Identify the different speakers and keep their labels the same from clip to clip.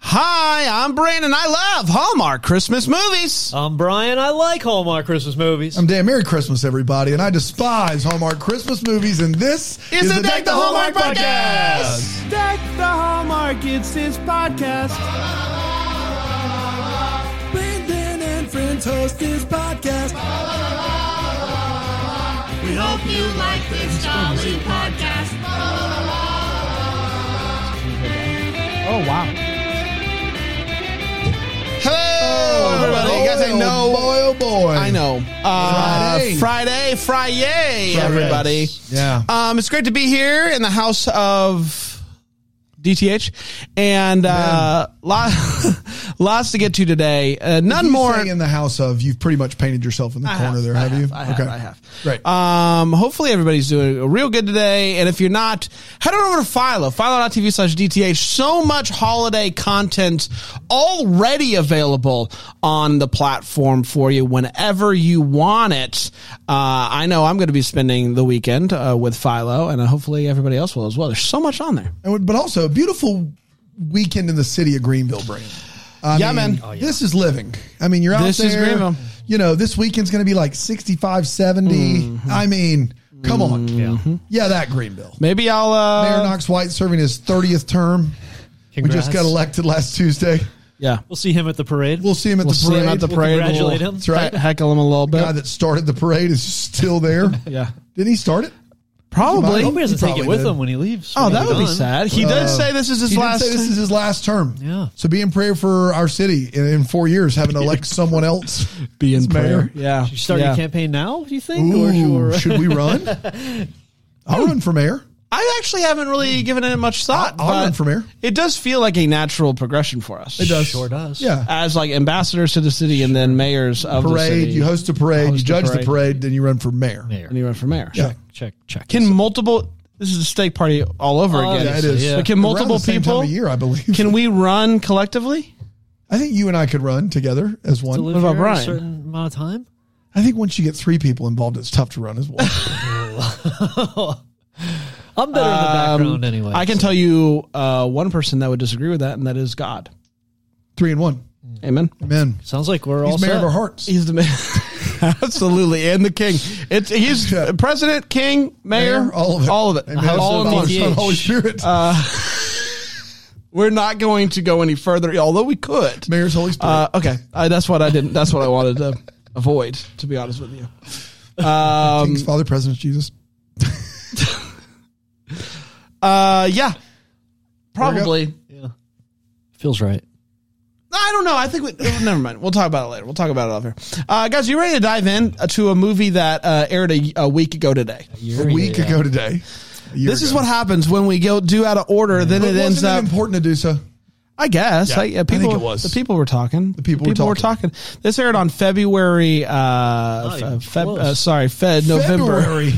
Speaker 1: Hi, I'm Brandon. I love Hallmark Christmas movies.
Speaker 2: I'm Um, Brian. I like Hallmark Christmas movies.
Speaker 1: Um,
Speaker 3: I'm Dan. Merry Christmas, everybody. And I despise Hallmark Christmas movies. And this
Speaker 1: It's
Speaker 3: is the Deck the Hallmark podcast.
Speaker 1: podcast. Deck the Hallmark, it's his podcast.
Speaker 3: Brandon and friends host this podcast.
Speaker 4: We hope you like this jolly podcast.
Speaker 5: Oh wow.
Speaker 3: Oh,
Speaker 1: Hello, everybody. you guys, I know.
Speaker 3: boy, oh boy.
Speaker 1: I know. Uh,
Speaker 3: Friday.
Speaker 1: Friday, Friday, everybody.
Speaker 3: Yeah.
Speaker 1: Um, it's great to be here in the house of DTH, and uh, lot, lots to get to today. Uh, none
Speaker 3: You
Speaker 1: more.
Speaker 3: say in the house of you've pretty much painted yourself in the
Speaker 1: I
Speaker 3: corner
Speaker 1: have,
Speaker 3: there,
Speaker 1: I
Speaker 3: have, you?
Speaker 1: I have, I have.
Speaker 3: Right.
Speaker 1: Um, hopefully everybody's doing real good today. And if you're not, head on over to Philo, philo.tv slash DTH. So much holiday content already available on the platform for you whenever you want it. Uh, I know I'm going to be spending the weekend uh, with Philo, and uh, hopefully everybody else will as well. There's so much on there.
Speaker 3: And- but also a beautiful weekend in the city of Greenville, Brandon. I
Speaker 1: Yeah,
Speaker 3: mean,
Speaker 1: man. Oh,
Speaker 3: This is living. I mean, you're out
Speaker 1: This
Speaker 3: there.
Speaker 1: is Greenville.
Speaker 3: You know, this weekend's going to be like 65, 70. I mean, come on.
Speaker 1: Mm-hmm.
Speaker 3: Yeah. that Greenville.
Speaker 1: Maybe I'll. Uh,
Speaker 3: Mayor Knox White serving his 30th term. We
Speaker 2: Congrats.
Speaker 3: just got elected last Tuesday.
Speaker 1: Yeah.
Speaker 2: We'll see him at the parade.
Speaker 3: We'll see him at
Speaker 1: We'll
Speaker 3: the
Speaker 1: see
Speaker 3: parade.
Speaker 1: him at the
Speaker 2: We'll
Speaker 1: parade.
Speaker 2: congratulate him.
Speaker 1: That's right. Heckle him a little
Speaker 3: guy
Speaker 1: bit.
Speaker 3: that started the parade is still there.
Speaker 1: Yeah.
Speaker 3: Didn't he start it?
Speaker 1: Probably.
Speaker 2: I hope he doesn't
Speaker 3: He
Speaker 2: take it
Speaker 3: probably
Speaker 2: with
Speaker 3: did.
Speaker 2: him when he leaves.
Speaker 1: Oh,
Speaker 2: when
Speaker 1: that
Speaker 2: he's
Speaker 1: would be
Speaker 2: done.
Speaker 1: sad. He
Speaker 3: Uh,
Speaker 1: does say this is his
Speaker 3: he did
Speaker 1: last.
Speaker 3: say this is his last term.
Speaker 2: Yeah.
Speaker 3: So be in prayer for our city in, in four years, having to elect someone else.
Speaker 1: be in
Speaker 3: prayer.
Speaker 1: Yeah,
Speaker 2: You start
Speaker 1: yeah.
Speaker 2: your campaign now, do you think? or sure.
Speaker 3: Ooh, should we run? I'll run for mayor.
Speaker 1: I actually haven't really given it much thought.
Speaker 3: I'll run
Speaker 1: but
Speaker 3: for mayor.
Speaker 1: It does feel like a natural progression for us. It
Speaker 2: Sure does.
Speaker 3: Yeah.
Speaker 1: As like ambassadors to the city and then mayors of the
Speaker 3: Parade,
Speaker 1: city.
Speaker 3: you host a parade,
Speaker 1: Host
Speaker 3: you
Speaker 1: a
Speaker 3: judge the
Speaker 1: parade.
Speaker 3: parade, then you run for mayor.
Speaker 2: Mayor.
Speaker 1: and you run for mayor.
Speaker 3: Yeah.
Speaker 2: Check, check.
Speaker 1: Can multiple? This is a steak party all over
Speaker 2: Oh,
Speaker 1: again.
Speaker 3: Yeah, it is.
Speaker 2: Yeah.
Speaker 1: But can
Speaker 3: Around
Speaker 1: multiple
Speaker 3: the same
Speaker 1: people?
Speaker 3: Time of year, I believe.
Speaker 1: Can we run collectively?
Speaker 3: I think you and I could run together as
Speaker 2: To
Speaker 3: one.
Speaker 2: live
Speaker 1: What about
Speaker 2: here
Speaker 1: Brian?
Speaker 2: a certain amount of time?
Speaker 3: I think once you get three people involved, it's tough to run as one.
Speaker 1: Um,
Speaker 2: I'm better in the background anyway.
Speaker 1: I can tell you uh, one person that would disagree with that, and that is God.
Speaker 3: three and one.
Speaker 1: Amen.
Speaker 3: Amen.
Speaker 2: Sounds like we're all
Speaker 3: He's mayor
Speaker 2: set.
Speaker 3: of our hearts.
Speaker 1: He's the man. Absolutely, and the king. It's he's
Speaker 3: Yeah.
Speaker 1: president, king, mayor,
Speaker 3: all of it.
Speaker 1: all of it,
Speaker 3: Amen.
Speaker 1: all in
Speaker 3: Father,
Speaker 1: one.
Speaker 2: DTH.
Speaker 3: Son, Holy Spirit.
Speaker 1: Uh, We're not going to go any further, although we could.
Speaker 3: Mayor's Holy Spirit.
Speaker 1: Uh, okay, I, that's what I didn't. That's what I wanted to avoid. To be honest with you, Um,
Speaker 3: King's Father, President Jesus.
Speaker 1: uh, yeah, probably.
Speaker 2: Feels right.
Speaker 1: I don't know. I think we oh, never mind. We'll talk about it later. We'll talk about it off here, uh, guys. You ready to dive in uh, to a movie that uh, aired a, a week ago today?
Speaker 3: A week ago today. A year
Speaker 1: This is
Speaker 3: ago.
Speaker 1: what happens when we go do out of order. Then
Speaker 3: But
Speaker 1: it ends
Speaker 3: wasn't
Speaker 1: up.
Speaker 3: it important to do so.
Speaker 1: I guess. I, uh, people,
Speaker 3: think it was.
Speaker 1: The people were talking. The
Speaker 3: people were
Speaker 1: talking. This aired on February. Uh, f-
Speaker 2: even
Speaker 1: Feb,
Speaker 2: close.
Speaker 1: uh, sorry, Fed November.
Speaker 3: Oh, February.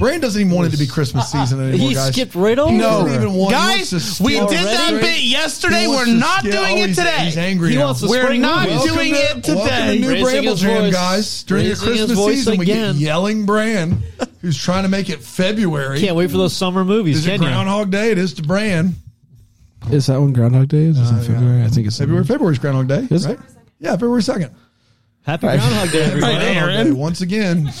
Speaker 3: Brand doesn't even want it to be Christmas season anymore,
Speaker 2: He
Speaker 3: guys.
Speaker 2: skipped right over.
Speaker 3: No.
Speaker 2: it.
Speaker 3: even want- he wants
Speaker 1: guys,
Speaker 3: to
Speaker 1: we did
Speaker 3: skip
Speaker 1: that
Speaker 3: already.
Speaker 1: bit yesterday.
Speaker 3: He
Speaker 1: We're
Speaker 3: wants to
Speaker 1: not
Speaker 3: skip-
Speaker 1: doing
Speaker 3: oh,
Speaker 1: it
Speaker 3: he's-
Speaker 1: today.
Speaker 3: He's angry.
Speaker 2: He
Speaker 3: now.
Speaker 2: wants to
Speaker 1: We're
Speaker 2: Spring
Speaker 1: not
Speaker 2: movies.
Speaker 1: doing
Speaker 3: to-
Speaker 1: it
Speaker 3: Welcome to new
Speaker 1: today.
Speaker 2: Raising
Speaker 3: Bramble
Speaker 2: his
Speaker 3: Jam,
Speaker 2: voice.
Speaker 3: guys. During the
Speaker 2: Raising his
Speaker 3: Christmas
Speaker 2: voice
Speaker 3: season, we
Speaker 2: again.
Speaker 3: get yelling Bran, who's trying to make it February.
Speaker 2: Can't wait for those summer movies,
Speaker 3: is it
Speaker 2: can you?
Speaker 3: Groundhog Day? It is to Bran.
Speaker 1: Is that when Groundhog Day is? Is it February? I think it's
Speaker 3: Uh, February. February's Groundhog Day,
Speaker 1: Is
Speaker 3: right?
Speaker 1: it?
Speaker 3: Yeah, February second.
Speaker 2: Happy Groundhog Day, everyone.
Speaker 1: Right, Aaron.
Speaker 3: Groundhog Day, once again.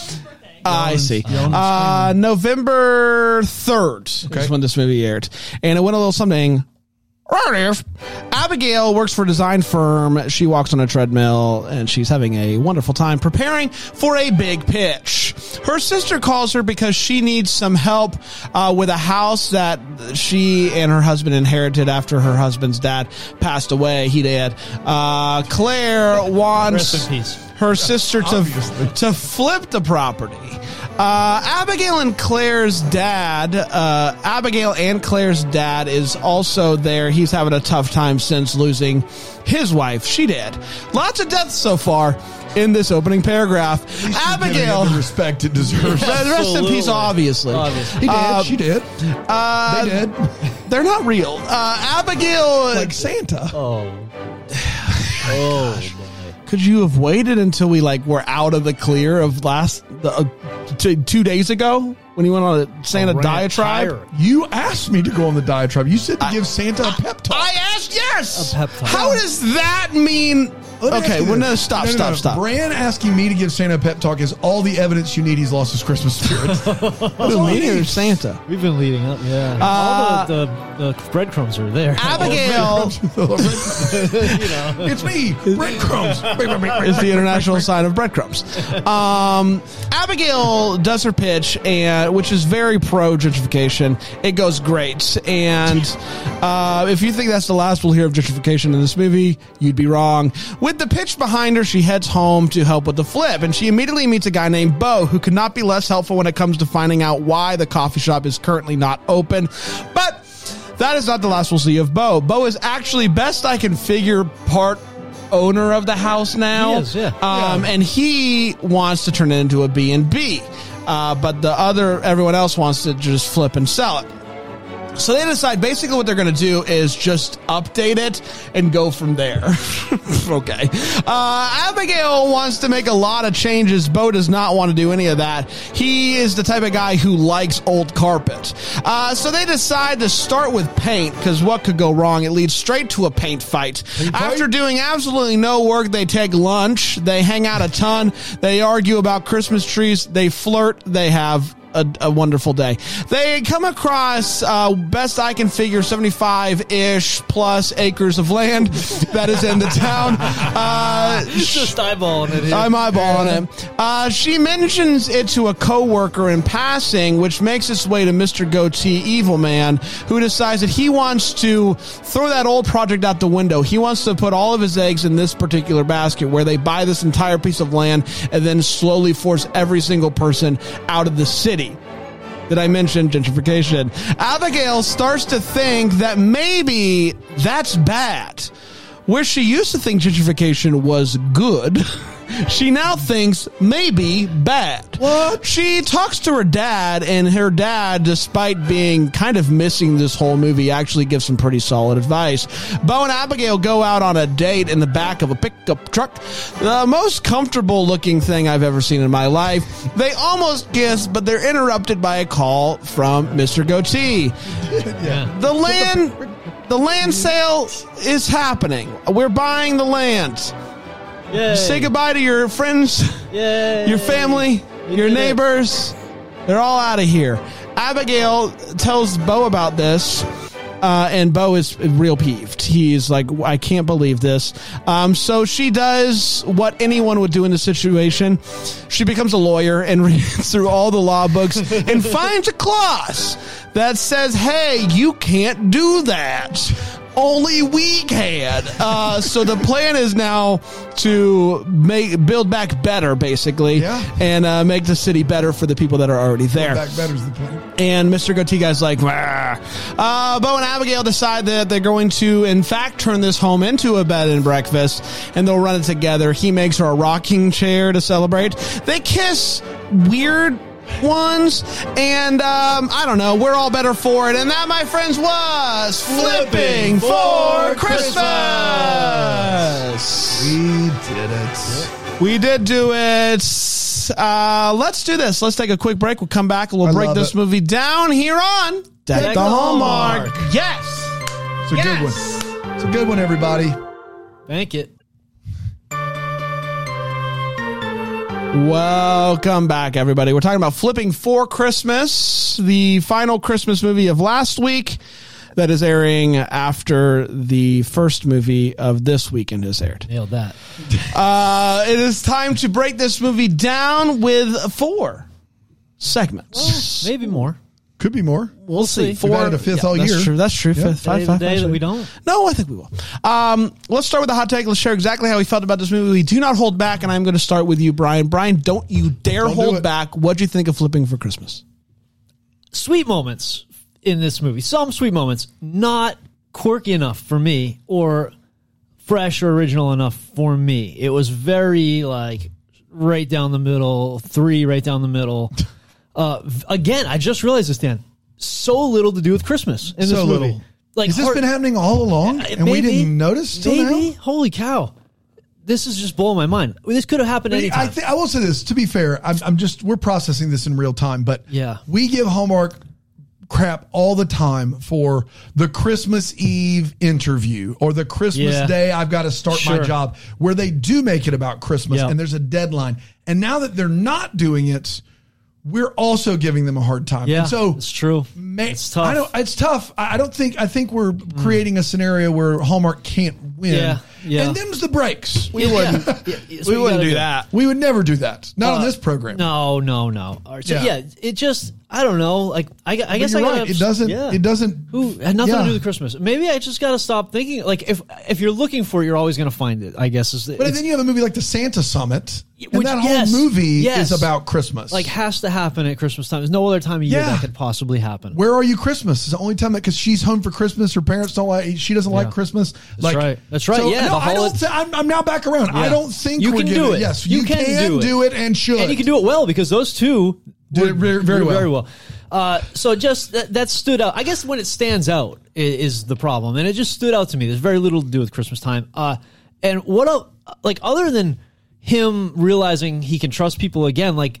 Speaker 1: Ah, I see.
Speaker 3: Yelling and
Speaker 1: Uh, November 3rd
Speaker 3: Okay.
Speaker 1: is when this movie aired. And it went a little something. Abigail works for a design firm. She walks on a treadmill and she's having a wonderful time preparing for a big pitch. Her sister calls her because she needs some help uh, with a house that she and her husband inherited after her husband's dad passed away. He did. Uh, Claire wants
Speaker 2: Rest in peace.
Speaker 1: her sister
Speaker 3: Obviously.
Speaker 1: to to flip the property. Uh, Abigail and Claire's dad, uh, Abigail and Claire's dad is also there. He's having a tough time since losing his wife. She did. Lots of deaths so far in this opening paragraph. Abigail.
Speaker 3: Giving it the respect it deserves.
Speaker 1: Rest in peace,
Speaker 2: Absolutely.
Speaker 1: obviously.
Speaker 2: Obviously.
Speaker 3: He did.
Speaker 1: Uh,
Speaker 3: she did.
Speaker 1: uh,
Speaker 3: they did.
Speaker 1: They're not real. Uh, Abigail.
Speaker 3: Like Santa.
Speaker 2: Oh. Oh.
Speaker 1: Could you have waited until we like were out of the clear of last the, uh, t- two days ago when you went on a Santa
Speaker 2: rant
Speaker 1: diatribe?
Speaker 2: tyrant.
Speaker 3: You asked me to go on the diatribe. You said to give Santa a pep talk.
Speaker 1: I asked, yeah, course.
Speaker 2: A peptide.
Speaker 1: How does that mean?
Speaker 3: Let me ask
Speaker 1: Okay,
Speaker 3: you
Speaker 1: well,
Speaker 3: this.
Speaker 1: no, stop,
Speaker 3: No, no,
Speaker 1: stop,
Speaker 3: no.
Speaker 1: stop.
Speaker 3: Bran asking me to give Santa a pep talk is all the evidence you need he's lost his Christmas spirit.
Speaker 1: Who's leader Santa?
Speaker 2: We've been leading up, yeah. All the, the, the breadcrumbs are there.
Speaker 1: Abigail
Speaker 3: it's me, breadcrumbs.
Speaker 1: is the international sign of breadcrumbs. Um, Abigail does her pitch, and which is very pro gentrification. It goes great, and uh, if you think that's the last we'll hear of gentrification in this movie, you'd be wrong. With the pitch behind her, she heads home to help with the flip, and she immediately meets a guy named Bo who could not be less helpful when it comes to finding out why the coffee shop is currently not open, but. That is not the last we'll see of Bo. Bo is actually, best I can figure, part owner of the house now.
Speaker 2: He is, yeah.
Speaker 1: Um, And he wants to turn it into a B&B. Uh, but the other, everyone else wants to just flip and sell it. So they decide basically what they're going to do is just update it and go from there. okay. Uh, Abigail wants to make a lot of changes. Bo does not want to do any of that. He is the type of guy who likes old carpet. Uh, so they decide to start with paint because what could go wrong? It leads straight to a paint fight. After doing absolutely no work, they take lunch. They hang out a ton. They argue about Christmas trees. They flirt. They have a, a wonderful day. They come across, uh, best I can figure, 75 ish plus acres of land that is in the town. Uh,
Speaker 2: It's just eyeballing it.
Speaker 1: I'm eyeballing it. Uh, she mentions it to a coworker in passing, which makes its way to Mr. Goatee Evil Man, who decides that he wants to throw that old project out the window. He wants to put all of his eggs in this particular basket where they buy this entire piece of land and then slowly force every single person out of the city that I mentioned, gentrification, Abigail starts to think that maybe that's bad. Where she used to think gentrification was good, she now thinks maybe bad. What? She talks to her dad, and her dad, despite being kind of missing this whole movie, actually gives some pretty solid advice. Bo and Abigail go out on a date in the back of a pickup truck, the most comfortable looking thing I've ever seen in my life. They almost kiss, but they're interrupted by a call from Mr. Goatee.
Speaker 2: Yeah.
Speaker 1: The land the land sale is happening. We're buying the land.
Speaker 2: Yay.
Speaker 1: Say goodbye to your friends,
Speaker 2: Yay.
Speaker 1: your family,
Speaker 2: You
Speaker 1: your
Speaker 2: did it.
Speaker 1: neighbors. They're all out of here. Abigail tells Bo about this. Uh, and Bo is real peeved. He's like, I can't believe this. Um, so she does what anyone would do in this situation. She becomes a lawyer and reads through all the law books and finds a clause that says, hey, you can't do that. Only we can. Uh, so the plan is now to make build back better, basically,
Speaker 3: Yeah.
Speaker 1: and uh, make the city better for the people that are already there
Speaker 3: Back better's the plan.
Speaker 1: and Mr. Goatee Guy's like, "Rah." uh, Bo and Abigail decide that they're going to, in fact, turn this home into a bed and breakfast, and they'll run it together. He makes her a rocking chair to celebrate. They kiss weird ones, and um, I don't know, we're all better for it. And that, my friends, was Flipping, for Christmas.
Speaker 3: We did it.
Speaker 1: We did do it. Uh, let's do this. Let's take a quick break. We'll come back and we'll
Speaker 3: I
Speaker 1: break
Speaker 3: love
Speaker 1: this
Speaker 3: it.
Speaker 1: movie down here on Deck,
Speaker 2: the
Speaker 1: the Hallmark.
Speaker 2: Hallmark.
Speaker 1: Yes.
Speaker 3: It's a good one. It's a good one, everybody.
Speaker 2: Thank it.
Speaker 1: Welcome back, everybody. We're talking about Flipping for Christmas, the final Christmas movie of last week that is airing after the first movie of this weekend is aired.
Speaker 2: Nailed that.
Speaker 1: Uh, it is time to break this movie down with four segments.
Speaker 2: Maybe more.
Speaker 3: Could be more.
Speaker 1: We'll see.
Speaker 3: We've added a fifth all
Speaker 1: that's
Speaker 3: year.
Speaker 1: True, that's true. Fifth, five, five,
Speaker 2: Five, day the
Speaker 1: five,
Speaker 2: day that
Speaker 1: six.
Speaker 2: we don't.
Speaker 1: No, I think we will. Um, let's start with the hot take. Let's share exactly how we felt about this movie. We do not hold back, and I'm going to start with you, Brian. Brian, don't you dare
Speaker 3: Don't do
Speaker 1: hold
Speaker 3: it.
Speaker 1: back. What do you think of Flipping for Christmas?
Speaker 2: Sweet moments in this movie. Some sweet moments. Not quirky enough for me or fresh or original enough for me. It was very like right down the middle, three right down the middle. Uh, v- again, I just realized this, Dan. So little to do with Christmas in this
Speaker 3: So
Speaker 2: movie.
Speaker 3: little.
Speaker 2: Like
Speaker 3: Has this
Speaker 2: hard- Uh,
Speaker 3: been happening all along, and we
Speaker 2: Maybe.
Speaker 3: didn't notice till
Speaker 2: Maybe.
Speaker 3: now?
Speaker 2: Holy cow! This is just blowing my mind. This could have happened
Speaker 3: I,
Speaker 2: anytime.
Speaker 3: th- I will say this. To be fair, I'm, I'm just we're processing this in real time, but
Speaker 2: Yeah.
Speaker 3: we give Hallmark crap all the time for the Christmas Eve interview or the Christmas
Speaker 2: Yeah.
Speaker 3: day I've got to start my
Speaker 2: Sure.
Speaker 3: job where they do make it about Christmas
Speaker 2: Yeah.
Speaker 3: and there's a deadline. And now that they're not doing it, we're also giving them a hard time.
Speaker 2: Yeah,
Speaker 3: and so
Speaker 2: it's true.
Speaker 3: Ma-
Speaker 2: it's tough. Mm.
Speaker 3: I don't. It's tough. I I don't think. I think we're creating a scenario where Hallmark can't win.
Speaker 2: Yeah, yeah.
Speaker 3: And them's the breaks. We
Speaker 2: Yeah,
Speaker 3: wouldn't.
Speaker 2: yeah, yeah, it's
Speaker 1: we
Speaker 2: what you
Speaker 1: wouldn't
Speaker 2: gotta
Speaker 1: do that.
Speaker 3: We would never do that. Not on
Speaker 2: Uh,
Speaker 3: this program.
Speaker 2: No, no, no. All right, so
Speaker 3: Yeah.
Speaker 2: yeah. it just I don't know. Like I, I
Speaker 3: But
Speaker 2: guess
Speaker 3: you're
Speaker 2: I got
Speaker 3: right. It doesn't. It doesn't.
Speaker 2: Who had nothing
Speaker 3: Yeah.
Speaker 2: to do with Christmas? Maybe I just got to stop thinking. Like if if you're looking for it, you're always going to find it. I guess is the,
Speaker 3: But
Speaker 2: it's-
Speaker 3: then you have a movie like The Santa Summit, and
Speaker 2: Which-
Speaker 3: that whole
Speaker 2: yes,
Speaker 3: movie
Speaker 2: yes.
Speaker 3: is about Christmas.
Speaker 2: like has to happen at Christmas time. There's no other time of year
Speaker 3: Yeah.
Speaker 2: that could possibly happen.
Speaker 3: Where are you Christmas? Is the only time because she's home for Christmas. Her parents don't like. She doesn't like
Speaker 2: Yeah.
Speaker 3: Christmas. That's like,
Speaker 2: right. That's right. Yeah,
Speaker 3: No,
Speaker 2: the
Speaker 3: I don't.
Speaker 2: holiday-
Speaker 3: thi- I'm, I'm now back around. I
Speaker 2: Yeah.
Speaker 3: don't think
Speaker 2: You
Speaker 3: we're
Speaker 2: can do
Speaker 3: giving-
Speaker 2: it.
Speaker 3: Yes,
Speaker 2: You can do it.
Speaker 3: and should.
Speaker 2: and you can do it well because those two
Speaker 3: Did it very- very well.
Speaker 2: Very well. Uh, so just that, that stood out. I guess when it stands out i- is the problem, and it just stood out to me. There's very little to do with Christmas time. Uh, and what el- like other than him realizing he can trust people again, like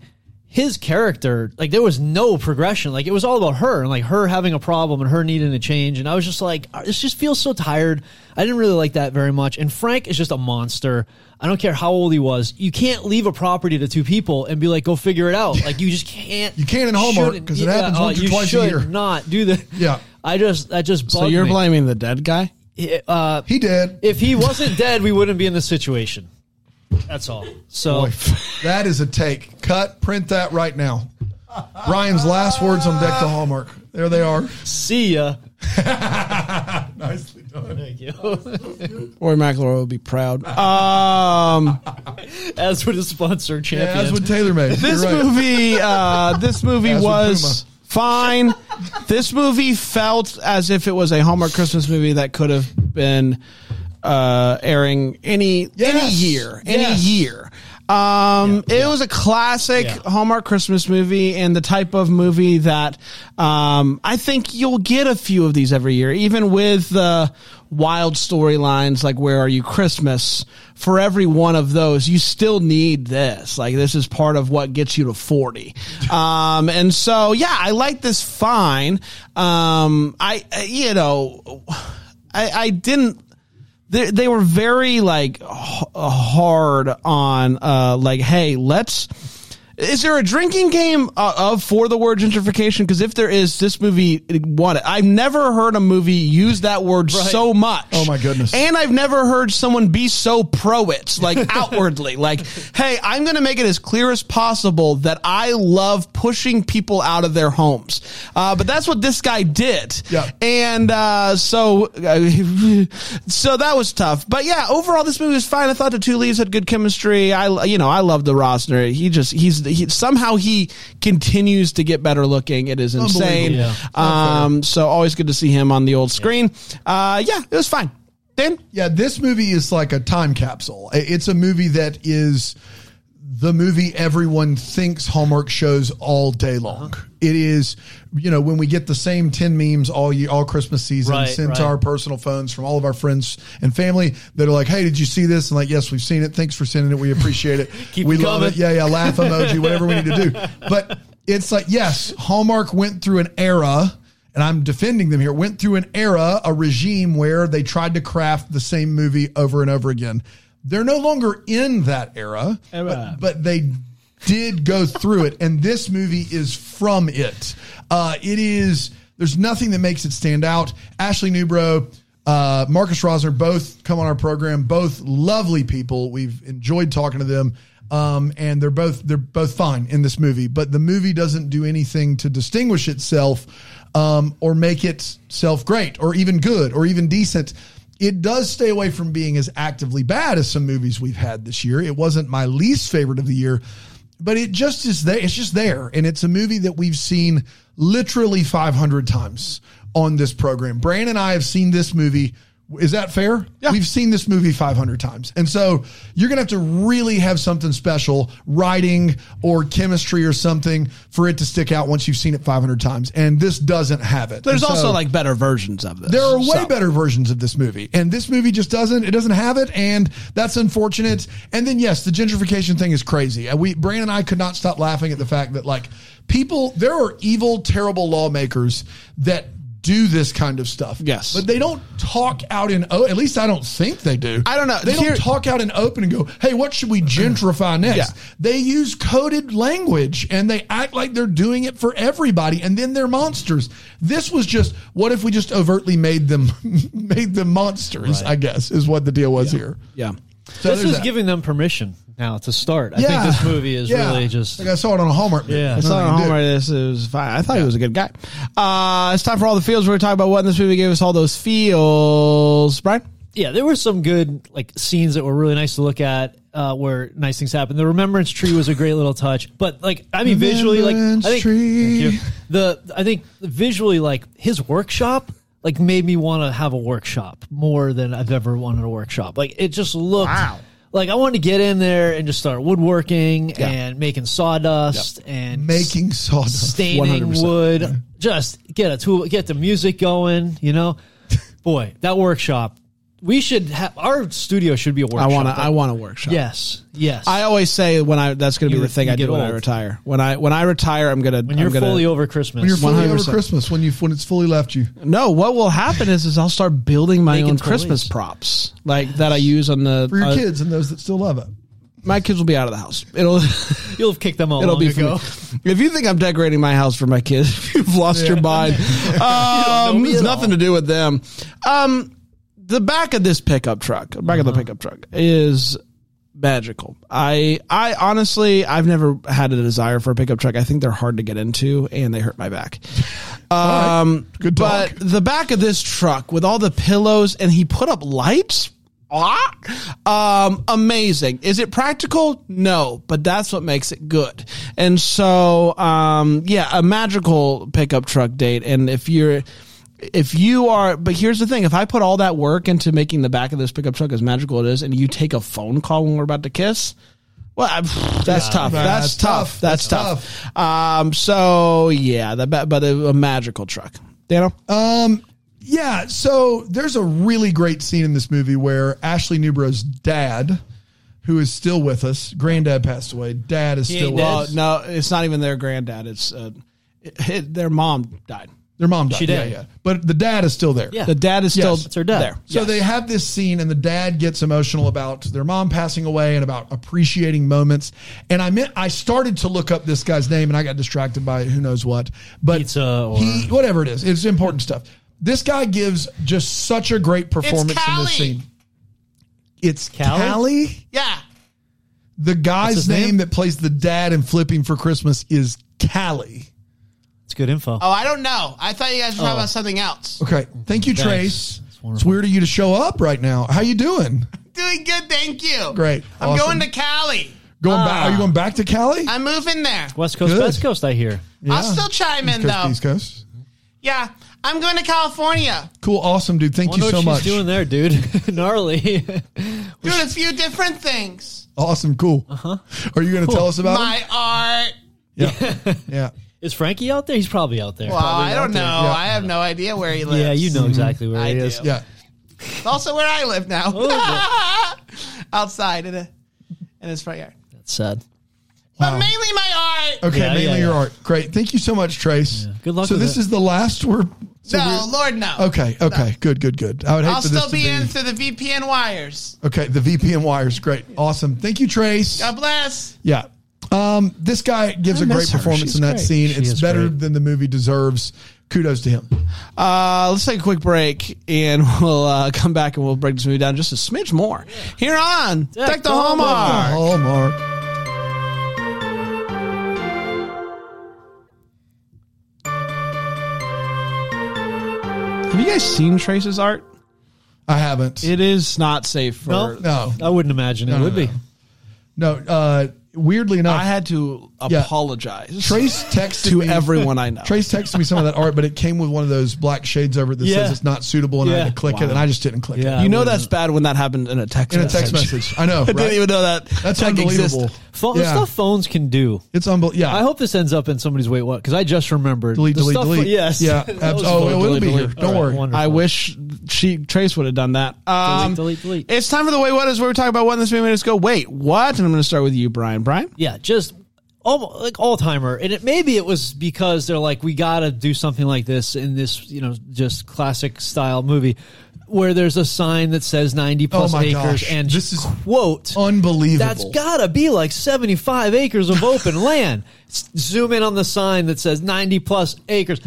Speaker 2: his character, like there was no progression. Like it was all about her and like her having a problem and her needing to change. And I was just like, "Ah, this just feels so tired. I didn't really like that very much. And Frank is just a monster. I don't care how old he was. You can't leave a property to two people and be like, go figure it out. Like you just can't.
Speaker 3: You can in Hallmark,
Speaker 2: shouldn't- oh,
Speaker 3: 'cause it happens once or
Speaker 2: you
Speaker 3: twice a
Speaker 2: should
Speaker 3: year.
Speaker 2: Not do that.
Speaker 3: Yeah.
Speaker 2: I just that just bugged
Speaker 1: So you're
Speaker 2: me.
Speaker 1: blaming the dead guy?
Speaker 2: Uh,
Speaker 3: He did.
Speaker 2: if he wasn't dead, we wouldn't be in this situation. That's all. So
Speaker 3: That is a take. Cut. Print that right now. Ryan's last words on deck to Hallmark. There they are.
Speaker 2: see ya.
Speaker 3: Nicely done.
Speaker 2: Thank you.
Speaker 1: Rory McIlroy will be proud. Um,
Speaker 2: As with the sponsor champion.
Speaker 3: Yeah, that's what Taylor made.
Speaker 1: this movie, uh, this movie
Speaker 3: As with
Speaker 1: was fine. This movie felt as if it was a Hallmark Christmas movie that could have been uh, airing any any
Speaker 3: Yes.
Speaker 1: year, any
Speaker 3: Yes.
Speaker 1: year. Um, it was a classic
Speaker 2: Yeah.
Speaker 1: Hallmark Christmas movie and the type of movie that um, I think you'll get a few of these every year, even with the wild storylines like Where Are You Christmas. For every one of those, you still need this. Like, this is part of what gets you to 40. Um, and so, yeah, I like this fine. Um, I, I- you know, I, I didn't they, they were very like h- hard on uh like hey let's is there a drinking game uh, of for the word gentrification because if there is this movie won it i've never heard a movie use that word so much
Speaker 3: Oh, my goodness.
Speaker 1: and i've never heard someone be so pro it like outwardly like hey i'm gonna make it as clear as possible that i love pushing people out of their homes uh, but that's what this guy did
Speaker 3: Yeah.
Speaker 1: and uh, so uh, so that was tough. But yeah, overall this movie was fine. I thought the two leads had good chemistry. I you know I love the Rosner. He just he's he, somehow he continues to get better looking. It is insane.
Speaker 2: Unbelievable.
Speaker 1: Um, so always good to see him on the old screen. Uh, yeah, it was fine. Dan,
Speaker 3: Yeah, this movie is like a time capsule. I- It's a movie that is the movie everyone thinks Hallmark shows all day long.
Speaker 2: Uh-huh.
Speaker 3: It is, you know, when we get the same 10 memes all year, all Christmas season
Speaker 2: Right,
Speaker 3: sent to
Speaker 2: right.
Speaker 3: our personal phones from all of our friends and family that are like, hey, did you see this? And like, yes, we've seen it. Thanks for sending it. We appreciate it.
Speaker 2: Keep
Speaker 3: we
Speaker 2: it
Speaker 3: love
Speaker 2: coming.
Speaker 3: it. Yeah, yeah, laugh emoji, whatever we need to do. But it's like, yes, Hallmark went through an era, and I'm defending them here, went through an era, a regime where they tried to craft the same movie over and over again. They're no longer in that era,
Speaker 2: Era.
Speaker 3: But, but they did go through it, and this movie is from it. Uh, it is, there's nothing that makes it stand out. Ashley Newbro, uh, Marcus Rosner, both come on our program, both lovely people. We've enjoyed talking to them. Um, and they're both they're both fine in this movie, but the movie doesn't do anything to distinguish itself um, or make itself great or even good or even decent. It does stay away from being as actively bad as some movies we've had this year. It wasn't my least favorite of the year, but it just is there. It's just there, and it's a movie that we've seen literally 500 times on this program. Brandon and I have seen this movie Is that fair?
Speaker 1: Yeah.
Speaker 3: We've seen this movie 500 times. And so you're going to have to really have something special, writing or chemistry or something, for it to stick out once you've seen it 500 times. And this doesn't have it.
Speaker 1: There's
Speaker 3: And so
Speaker 1: also like better versions of this.
Speaker 3: There are way
Speaker 1: so.
Speaker 3: better versions of this movie, and this movie just doesn't. It doesn't have it, and that's unfortunate. And then yes, the gentrification thing is crazy. And we, Brandon and I, could not stop laughing at the fact that like people, there are evil, terrible lawmakers that do this kind of stuff.
Speaker 1: Yes.
Speaker 3: but they don't talk out in. o- At least I don't think they do.
Speaker 1: I don't know.
Speaker 3: They
Speaker 1: Here-
Speaker 3: don't talk out in open and go, "Hey, what should we gentrify next?"
Speaker 1: Yeah.
Speaker 3: They use coded language and they act like they're doing it for everybody, and then they're monsters. This was just what if we just overtly made them made them monsters? I guess is what the deal was here.
Speaker 1: Yeah.
Speaker 3: So
Speaker 2: this
Speaker 3: there's
Speaker 2: is
Speaker 3: that.
Speaker 2: giving them permission now to start. I think this movie is
Speaker 3: Yeah.
Speaker 2: really just
Speaker 3: like I saw it on a Hallmark.
Speaker 2: Yeah.
Speaker 3: There's
Speaker 2: I saw
Speaker 1: Sorry,
Speaker 3: nothing to do.
Speaker 1: Homer, this is fine. I thought he was a good guy. Uh, it's time for all the feels. We're talking about what in this movie gave us all those feels, Brian.
Speaker 2: yeah, there were some good like scenes that were really nice to look at, uh, where nice things happened. The remembrance tree was a great little touch, but like I mean, visually, like I
Speaker 3: Remembrance
Speaker 2: think
Speaker 3: tree.
Speaker 2: Thank you. the I think visually, like his workshop, like made me want to have a workshop more than I've ever wanted a workshop. Like it just looked.
Speaker 1: Wow.
Speaker 2: Like I wanted to get in there and just start woodworking
Speaker 1: Yeah.
Speaker 2: and making sawdust and
Speaker 3: Making sawdust.
Speaker 2: staining
Speaker 1: 100%.
Speaker 2: wood. Just get a tool, get the music going. You know, boy, that workshop. We should have our studio should be a
Speaker 1: I
Speaker 2: workshop.
Speaker 1: want to. I want a workshop.
Speaker 2: Yes, yes.
Speaker 1: I always say when I that's going to be
Speaker 2: You-
Speaker 1: the thing
Speaker 2: you
Speaker 1: I do
Speaker 2: get
Speaker 1: when I
Speaker 2: old.
Speaker 1: retire. When I when I retire, I'm gonna.
Speaker 2: when you're
Speaker 1: I'm gonna,
Speaker 2: fully over Christmas,
Speaker 3: When you're fully over
Speaker 1: 100%.
Speaker 3: Christmas, when you when it's fully left you.
Speaker 1: No, what will happen is is I'll start building my
Speaker 2: Making
Speaker 1: own Christmas
Speaker 2: toys.
Speaker 1: props like that I use on the
Speaker 3: For your
Speaker 1: uh,
Speaker 3: kids and those that still love it.
Speaker 1: My kids will be out of the house. It'll
Speaker 2: you'll have kicked them all.
Speaker 1: it'll
Speaker 2: long
Speaker 1: be
Speaker 2: ago.
Speaker 1: for me. If you think I'm decorating my house for my kids, you've lost your mind. Um,
Speaker 2: me
Speaker 1: it's
Speaker 2: at
Speaker 1: nothing
Speaker 2: all.
Speaker 1: to do with them. Um, the back of this pickup truck, the back of the
Speaker 2: Uh-huh.
Speaker 1: pickup truck, is magical. I I honestly I've never had a desire for a pickup truck. I think they're hard to get into and they hurt my back. Um,
Speaker 3: Good
Speaker 1: but
Speaker 3: talk.
Speaker 1: the back of this truck with all the pillows and he put up lights. Ah, um, amazing. Is it practical? No, but that's what makes it good. And so, um, yeah, a magical pickup truck date. And if you're, if you are, but here's the thing: if I put all that work into making the back of this pickup truck as magical it is, and you take a phone call when we're about to kiss, well, I, that's tough. That's,
Speaker 3: that's
Speaker 1: tough.
Speaker 3: tough.
Speaker 1: That's,
Speaker 3: That's
Speaker 1: tough. Um, so yeah, that ba- but a, a magical truck. Dano,
Speaker 3: Yeah, so there's a really great scene in this movie where Ashley Newbro's dad, who is still with us, granddad passed away, dad is still
Speaker 2: ain't dead.
Speaker 3: with us.
Speaker 1: well, Uh, no, it's not even their granddad. It's uh, it, it- their mom died.
Speaker 3: Their mom died.
Speaker 2: She did.
Speaker 3: Yeah, yeah. But the dad is still there.
Speaker 2: Yeah.
Speaker 1: The dad is still
Speaker 3: Yes,
Speaker 2: it's her dad.
Speaker 1: there.
Speaker 3: So they have this scene, and the dad gets emotional about their mom passing away and about appreciating moments. And I meant I started to look up this guy's name, and I got distracted by who knows what. But
Speaker 2: Pizza or-
Speaker 3: he, whatever it is, it's important stuff. This guy gives just such a great performance in
Speaker 1: Callie.
Speaker 3: this scene. It's
Speaker 2: Callie?
Speaker 3: Callie?
Speaker 1: yeah.
Speaker 3: The
Speaker 2: That's
Speaker 3: guy's
Speaker 2: his
Speaker 3: name,
Speaker 2: name?
Speaker 3: that plays the dad in Flipping for Christmas is Callie.
Speaker 2: It's good info.
Speaker 1: Oh, I don't know. I thought you guys
Speaker 3: Oh.
Speaker 1: were talking about something else.
Speaker 3: Okay. Thank you, Trace. It's weird of you to show up right now. How you doing?
Speaker 1: Doing good, thank you.
Speaker 3: Great. Awesome.
Speaker 1: Cali.
Speaker 3: Going back. Are you going back to Cali?
Speaker 1: I'm moving there.
Speaker 2: West Coast,
Speaker 3: Good.
Speaker 2: West Coast. I hear.
Speaker 1: I'll still chime in
Speaker 3: East Coast,
Speaker 1: though.
Speaker 3: East Coast.
Speaker 1: Yeah, I'm going to California.
Speaker 3: Cool. Awesome, dude. Thank you
Speaker 2: Wonder
Speaker 3: so
Speaker 2: what
Speaker 3: much.
Speaker 2: she's doing there, dude. Gnarly.
Speaker 1: Doing a few different things.
Speaker 3: Awesome. Cool. Uh-huh. Are you going to tell us about
Speaker 1: My art.
Speaker 3: it? Yeah.
Speaker 2: is Frankie out there? He's probably out there.
Speaker 1: Well, I don't know.
Speaker 3: Yeah.
Speaker 1: I have no idea where he lives.
Speaker 2: yeah, you
Speaker 3: Mm-hmm.
Speaker 2: know exactly where
Speaker 1: I
Speaker 2: he
Speaker 1: do.
Speaker 2: is.
Speaker 3: Yeah.
Speaker 1: It's also where I live now.
Speaker 3: Oh,
Speaker 1: Outside in a in his front yard.
Speaker 2: That's sad.
Speaker 3: Wow.
Speaker 1: But mainly my art.
Speaker 3: Okay.
Speaker 2: Yeah,
Speaker 3: mainly
Speaker 2: yeah,
Speaker 3: your
Speaker 2: yeah.
Speaker 3: art. Great. Thank you so much, Trace.
Speaker 2: Good luck
Speaker 3: So
Speaker 2: with
Speaker 3: this
Speaker 2: it.
Speaker 3: is the last we're. so
Speaker 1: no,
Speaker 3: we're-
Speaker 1: Lord no.
Speaker 3: Okay. Okay. Good. Good. Good. I would hate
Speaker 1: I'll
Speaker 3: for this
Speaker 1: still
Speaker 3: to
Speaker 1: be
Speaker 3: be
Speaker 1: in through the VPN wires.
Speaker 3: Okay, the VPN wires, great, awesome. Thank you, Trace.
Speaker 1: God bless.
Speaker 3: Yeah. Um, this guy gives
Speaker 1: I
Speaker 3: a great
Speaker 1: miss her.
Speaker 3: performance
Speaker 1: She's
Speaker 3: in that
Speaker 1: great.
Speaker 3: scene.
Speaker 2: She
Speaker 3: it's
Speaker 2: is
Speaker 3: better
Speaker 2: great.
Speaker 3: than the movie deserves. Kudos to him.
Speaker 1: Uh, let's take a quick break and we'll uh, come back and we'll break this movie down just a smidge more. Here on Tech, the,
Speaker 2: the
Speaker 1: Hallmark.
Speaker 2: Hallmark.
Speaker 3: Oh, Hallmark.
Speaker 1: Have you guys seen Trace's art?
Speaker 3: I haven't.
Speaker 1: It is not safe for
Speaker 2: No?
Speaker 3: no,
Speaker 1: Oh.
Speaker 2: I wouldn't imagine it
Speaker 3: no,
Speaker 2: would
Speaker 3: no.
Speaker 2: be.
Speaker 3: no. Uh, weirdly enough,
Speaker 1: I had to
Speaker 3: Yeah.
Speaker 1: apologize.
Speaker 3: Trace texted
Speaker 1: to
Speaker 3: me,
Speaker 1: everyone I know.
Speaker 3: Trace texted me some of that art, but it came with one of those black shades over it that
Speaker 2: Yeah.
Speaker 3: says it's not suitable, and I
Speaker 2: Yeah.
Speaker 3: had to click it, and I just didn't click
Speaker 2: Yeah.
Speaker 3: it
Speaker 1: you know
Speaker 2: I
Speaker 1: that's bad when that happened in a text
Speaker 3: in a
Speaker 1: message.
Speaker 3: text message. I
Speaker 1: I
Speaker 3: know. right?
Speaker 1: didn't even know that.
Speaker 3: That's
Speaker 1: tech
Speaker 3: unbelievable.
Speaker 1: existed.
Speaker 2: Phone,
Speaker 3: Yeah.
Speaker 2: Stuff phones can do.
Speaker 3: It's unbelievable. Yeah.
Speaker 2: I hope this ends up in somebody's wait what because I just remembered
Speaker 3: Delete,
Speaker 2: The
Speaker 3: delete,
Speaker 2: stuff-
Speaker 3: delete.
Speaker 2: Yes,
Speaker 3: Yeah,
Speaker 2: That was
Speaker 3: abs- oh,
Speaker 2: fun.
Speaker 3: it will be here. Don't
Speaker 2: All
Speaker 3: worry.
Speaker 2: wonderful.
Speaker 1: I wish she Trace would have done that. Um,
Speaker 2: delete, delete.
Speaker 1: It's time for the wait. What is where we talk about what in this movie made us go wait what? And I'm going to start with you, Brian. Brian,
Speaker 2: Yeah, just almost like all timer, and it maybe it was because they're like, we got to do something like this in this, you know, just classic style movie where there's a sign that says 90 plus
Speaker 3: Oh my
Speaker 2: acres
Speaker 3: gosh.
Speaker 2: and
Speaker 3: This is
Speaker 2: quote
Speaker 3: Unbelievable.
Speaker 2: that's gotta be like 75 acres of open land. S- Zoom in on the sign that says 90 plus acres.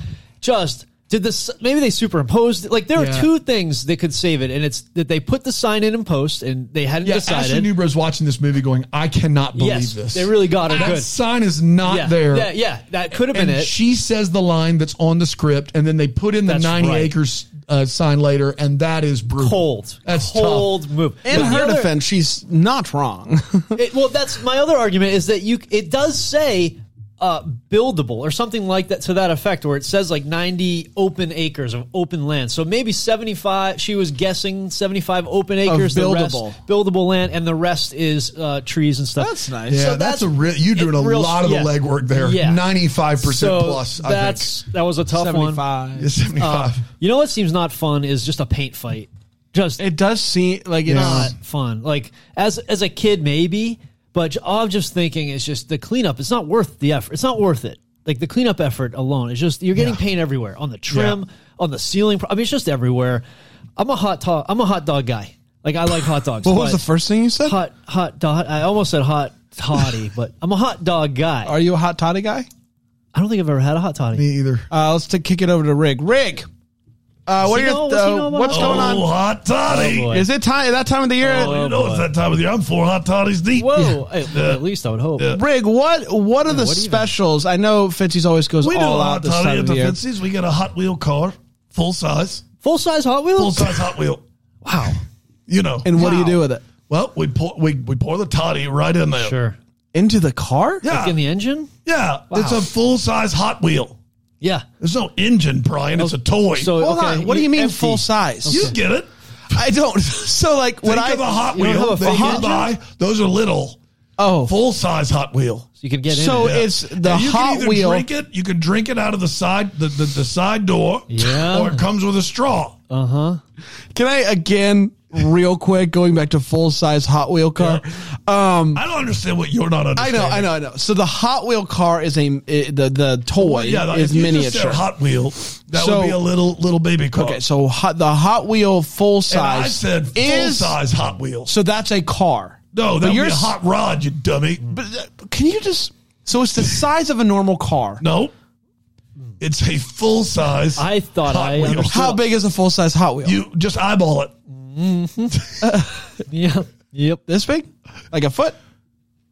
Speaker 2: Just did this? Maybe they superimposed. it. Like there
Speaker 3: Yeah.
Speaker 2: are two things that could save it, and it's that they put the sign in and post, and they hadn't
Speaker 3: yeah, Ashley
Speaker 2: decided.
Speaker 3: Newbro's watching this movie going, I cannot believe
Speaker 2: Yes,
Speaker 3: this.
Speaker 2: they really got it
Speaker 3: That
Speaker 2: good.
Speaker 3: sign is not
Speaker 2: yeah,
Speaker 3: there.
Speaker 2: yeah, yeah, that could have been
Speaker 3: And
Speaker 2: it.
Speaker 3: she says the line that's on the script, and then they put in the
Speaker 2: That's
Speaker 3: 90
Speaker 2: right.
Speaker 3: acres uh, sign later, and that is brutal.
Speaker 2: cold,
Speaker 3: That's
Speaker 2: cold
Speaker 3: tough.
Speaker 2: move.
Speaker 1: in
Speaker 2: But the
Speaker 1: her
Speaker 2: other-
Speaker 1: defense, she's not wrong.
Speaker 2: it- well, that's my other argument is that you it does say uh, buildable or something like that to that effect, where it says like ninety open acres of open land. So maybe seventy five. She was guessing seventy five open acres, the rest-
Speaker 1: buildable.
Speaker 2: buildable land, and the rest is uh, trees and stuff.
Speaker 1: That's nice.
Speaker 3: Yeah,
Speaker 2: So
Speaker 3: that's, a real, you're doing a
Speaker 2: it- real-
Speaker 3: lot of
Speaker 2: yeah.
Speaker 3: the legwork there.
Speaker 2: Yeah.
Speaker 3: 95%
Speaker 2: So
Speaker 3: plus, I
Speaker 2: that's that was a tough
Speaker 1: Seventy
Speaker 2: one.
Speaker 3: think.
Speaker 1: five.
Speaker 3: It's 75.
Speaker 2: Uh, You know what seems not fun is just a paint fight. Just
Speaker 1: It does seem like it's
Speaker 2: not fun. Like as as a kid, maybe, but j- all I'm just thinking is just the cleanup. It's not worth the effort. It's not worth it. Like the cleanup effort alone is just you're getting paint everywhere on the trim, on the ceiling. pro- I mean, it's just everywhere. I'm a hot dog. I'm a hot dog guy. Like I like hot dogs.
Speaker 1: What was
Speaker 2: but
Speaker 1: the first thing you said?
Speaker 2: hot hot dog? I almost said hot toddy, but I'm a hot dog guy.
Speaker 1: Are you a hot toddy guy?
Speaker 2: I don't think I've ever had a hot toddy.
Speaker 3: Me either.
Speaker 1: Uh, let's take, kick it over to Rick. Rick, uh, what
Speaker 2: he
Speaker 1: are your,
Speaker 2: know- does he
Speaker 1: uh,
Speaker 2: know about
Speaker 1: what's
Speaker 2: hot
Speaker 1: going on?
Speaker 3: hot toddy.
Speaker 2: Oh, boy.
Speaker 1: Is it time? That time of the year?
Speaker 2: Oh,
Speaker 3: know it's that time of the year. I'm four hot toddies deep.
Speaker 2: Whoa! At, at least I would hope.
Speaker 1: Rig, what what are the
Speaker 2: what even?
Speaker 1: specials? I know Fitzy's always goes
Speaker 6: We do
Speaker 1: all
Speaker 6: a
Speaker 1: out
Speaker 6: hot
Speaker 1: this
Speaker 6: toddy
Speaker 1: time
Speaker 6: at
Speaker 1: of
Speaker 6: the
Speaker 1: the year.
Speaker 6: fences. We get a Hot Wheel car, full size,
Speaker 2: Full size Hot Wheels.
Speaker 6: full size Hot Wheel.
Speaker 2: Wow.
Speaker 6: You know.
Speaker 1: And what do you
Speaker 2: Wow.
Speaker 1: do with it?
Speaker 6: well, we pour we, we pour the toddy right in there.
Speaker 2: Sure.
Speaker 1: Into the car?
Speaker 6: Yeah.
Speaker 2: Like in the engine.
Speaker 6: yeah. It's a full size Hot Wheel.
Speaker 2: Yeah.
Speaker 6: There's no engine, Brian. It's a toy.
Speaker 2: Oh, So
Speaker 1: Hold
Speaker 2: okay,
Speaker 1: on. What do you mean
Speaker 2: empty.
Speaker 1: full size?
Speaker 6: you get it.
Speaker 1: I don't. So like when
Speaker 6: Think
Speaker 1: I
Speaker 6: of a Hot
Speaker 2: You don't
Speaker 6: Wheel
Speaker 2: have a
Speaker 6: that
Speaker 2: fucking
Speaker 6: you buy. Those are little,
Speaker 1: oh
Speaker 6: full size Hot Wheel.
Speaker 2: You could get in.
Speaker 1: So
Speaker 2: it.
Speaker 1: it- It's the
Speaker 6: And you
Speaker 1: Hot
Speaker 6: can either
Speaker 1: Wheel-
Speaker 6: Drink it. You can drink it out of the side the, the, the side door.
Speaker 2: Yeah.
Speaker 6: Or it comes with a straw.
Speaker 1: can I again real quick going back to full size Hot Wheel car? Um,
Speaker 6: I don't understand what you're not
Speaker 1: I know,
Speaker 6: understanding.
Speaker 1: I know, I know. So the Hot Wheel car is a i- the the toy
Speaker 6: Yeah,
Speaker 1: is
Speaker 6: if you just
Speaker 1: miniature.
Speaker 6: said Hot Wheel. That
Speaker 1: So-
Speaker 6: would be a little little baby car.
Speaker 1: okay, so hot, the Hot Wheel full
Speaker 6: and I
Speaker 1: size
Speaker 6: said full
Speaker 1: is
Speaker 6: size Hot Wheel.
Speaker 1: so that's a car.
Speaker 6: No, that
Speaker 1: But
Speaker 6: would be
Speaker 1: you're
Speaker 6: a
Speaker 1: s-
Speaker 6: hot rod, you dummy.
Speaker 1: But uh, can you just? So it's the size of a normal car.
Speaker 6: No, it's a full size.
Speaker 2: I thought
Speaker 6: Hot
Speaker 2: I
Speaker 6: Wheel.
Speaker 2: understood.
Speaker 1: How big is a full size Hot Wheel?
Speaker 6: You just eyeball it.
Speaker 2: Yep. Yep.
Speaker 1: this big, like a foot,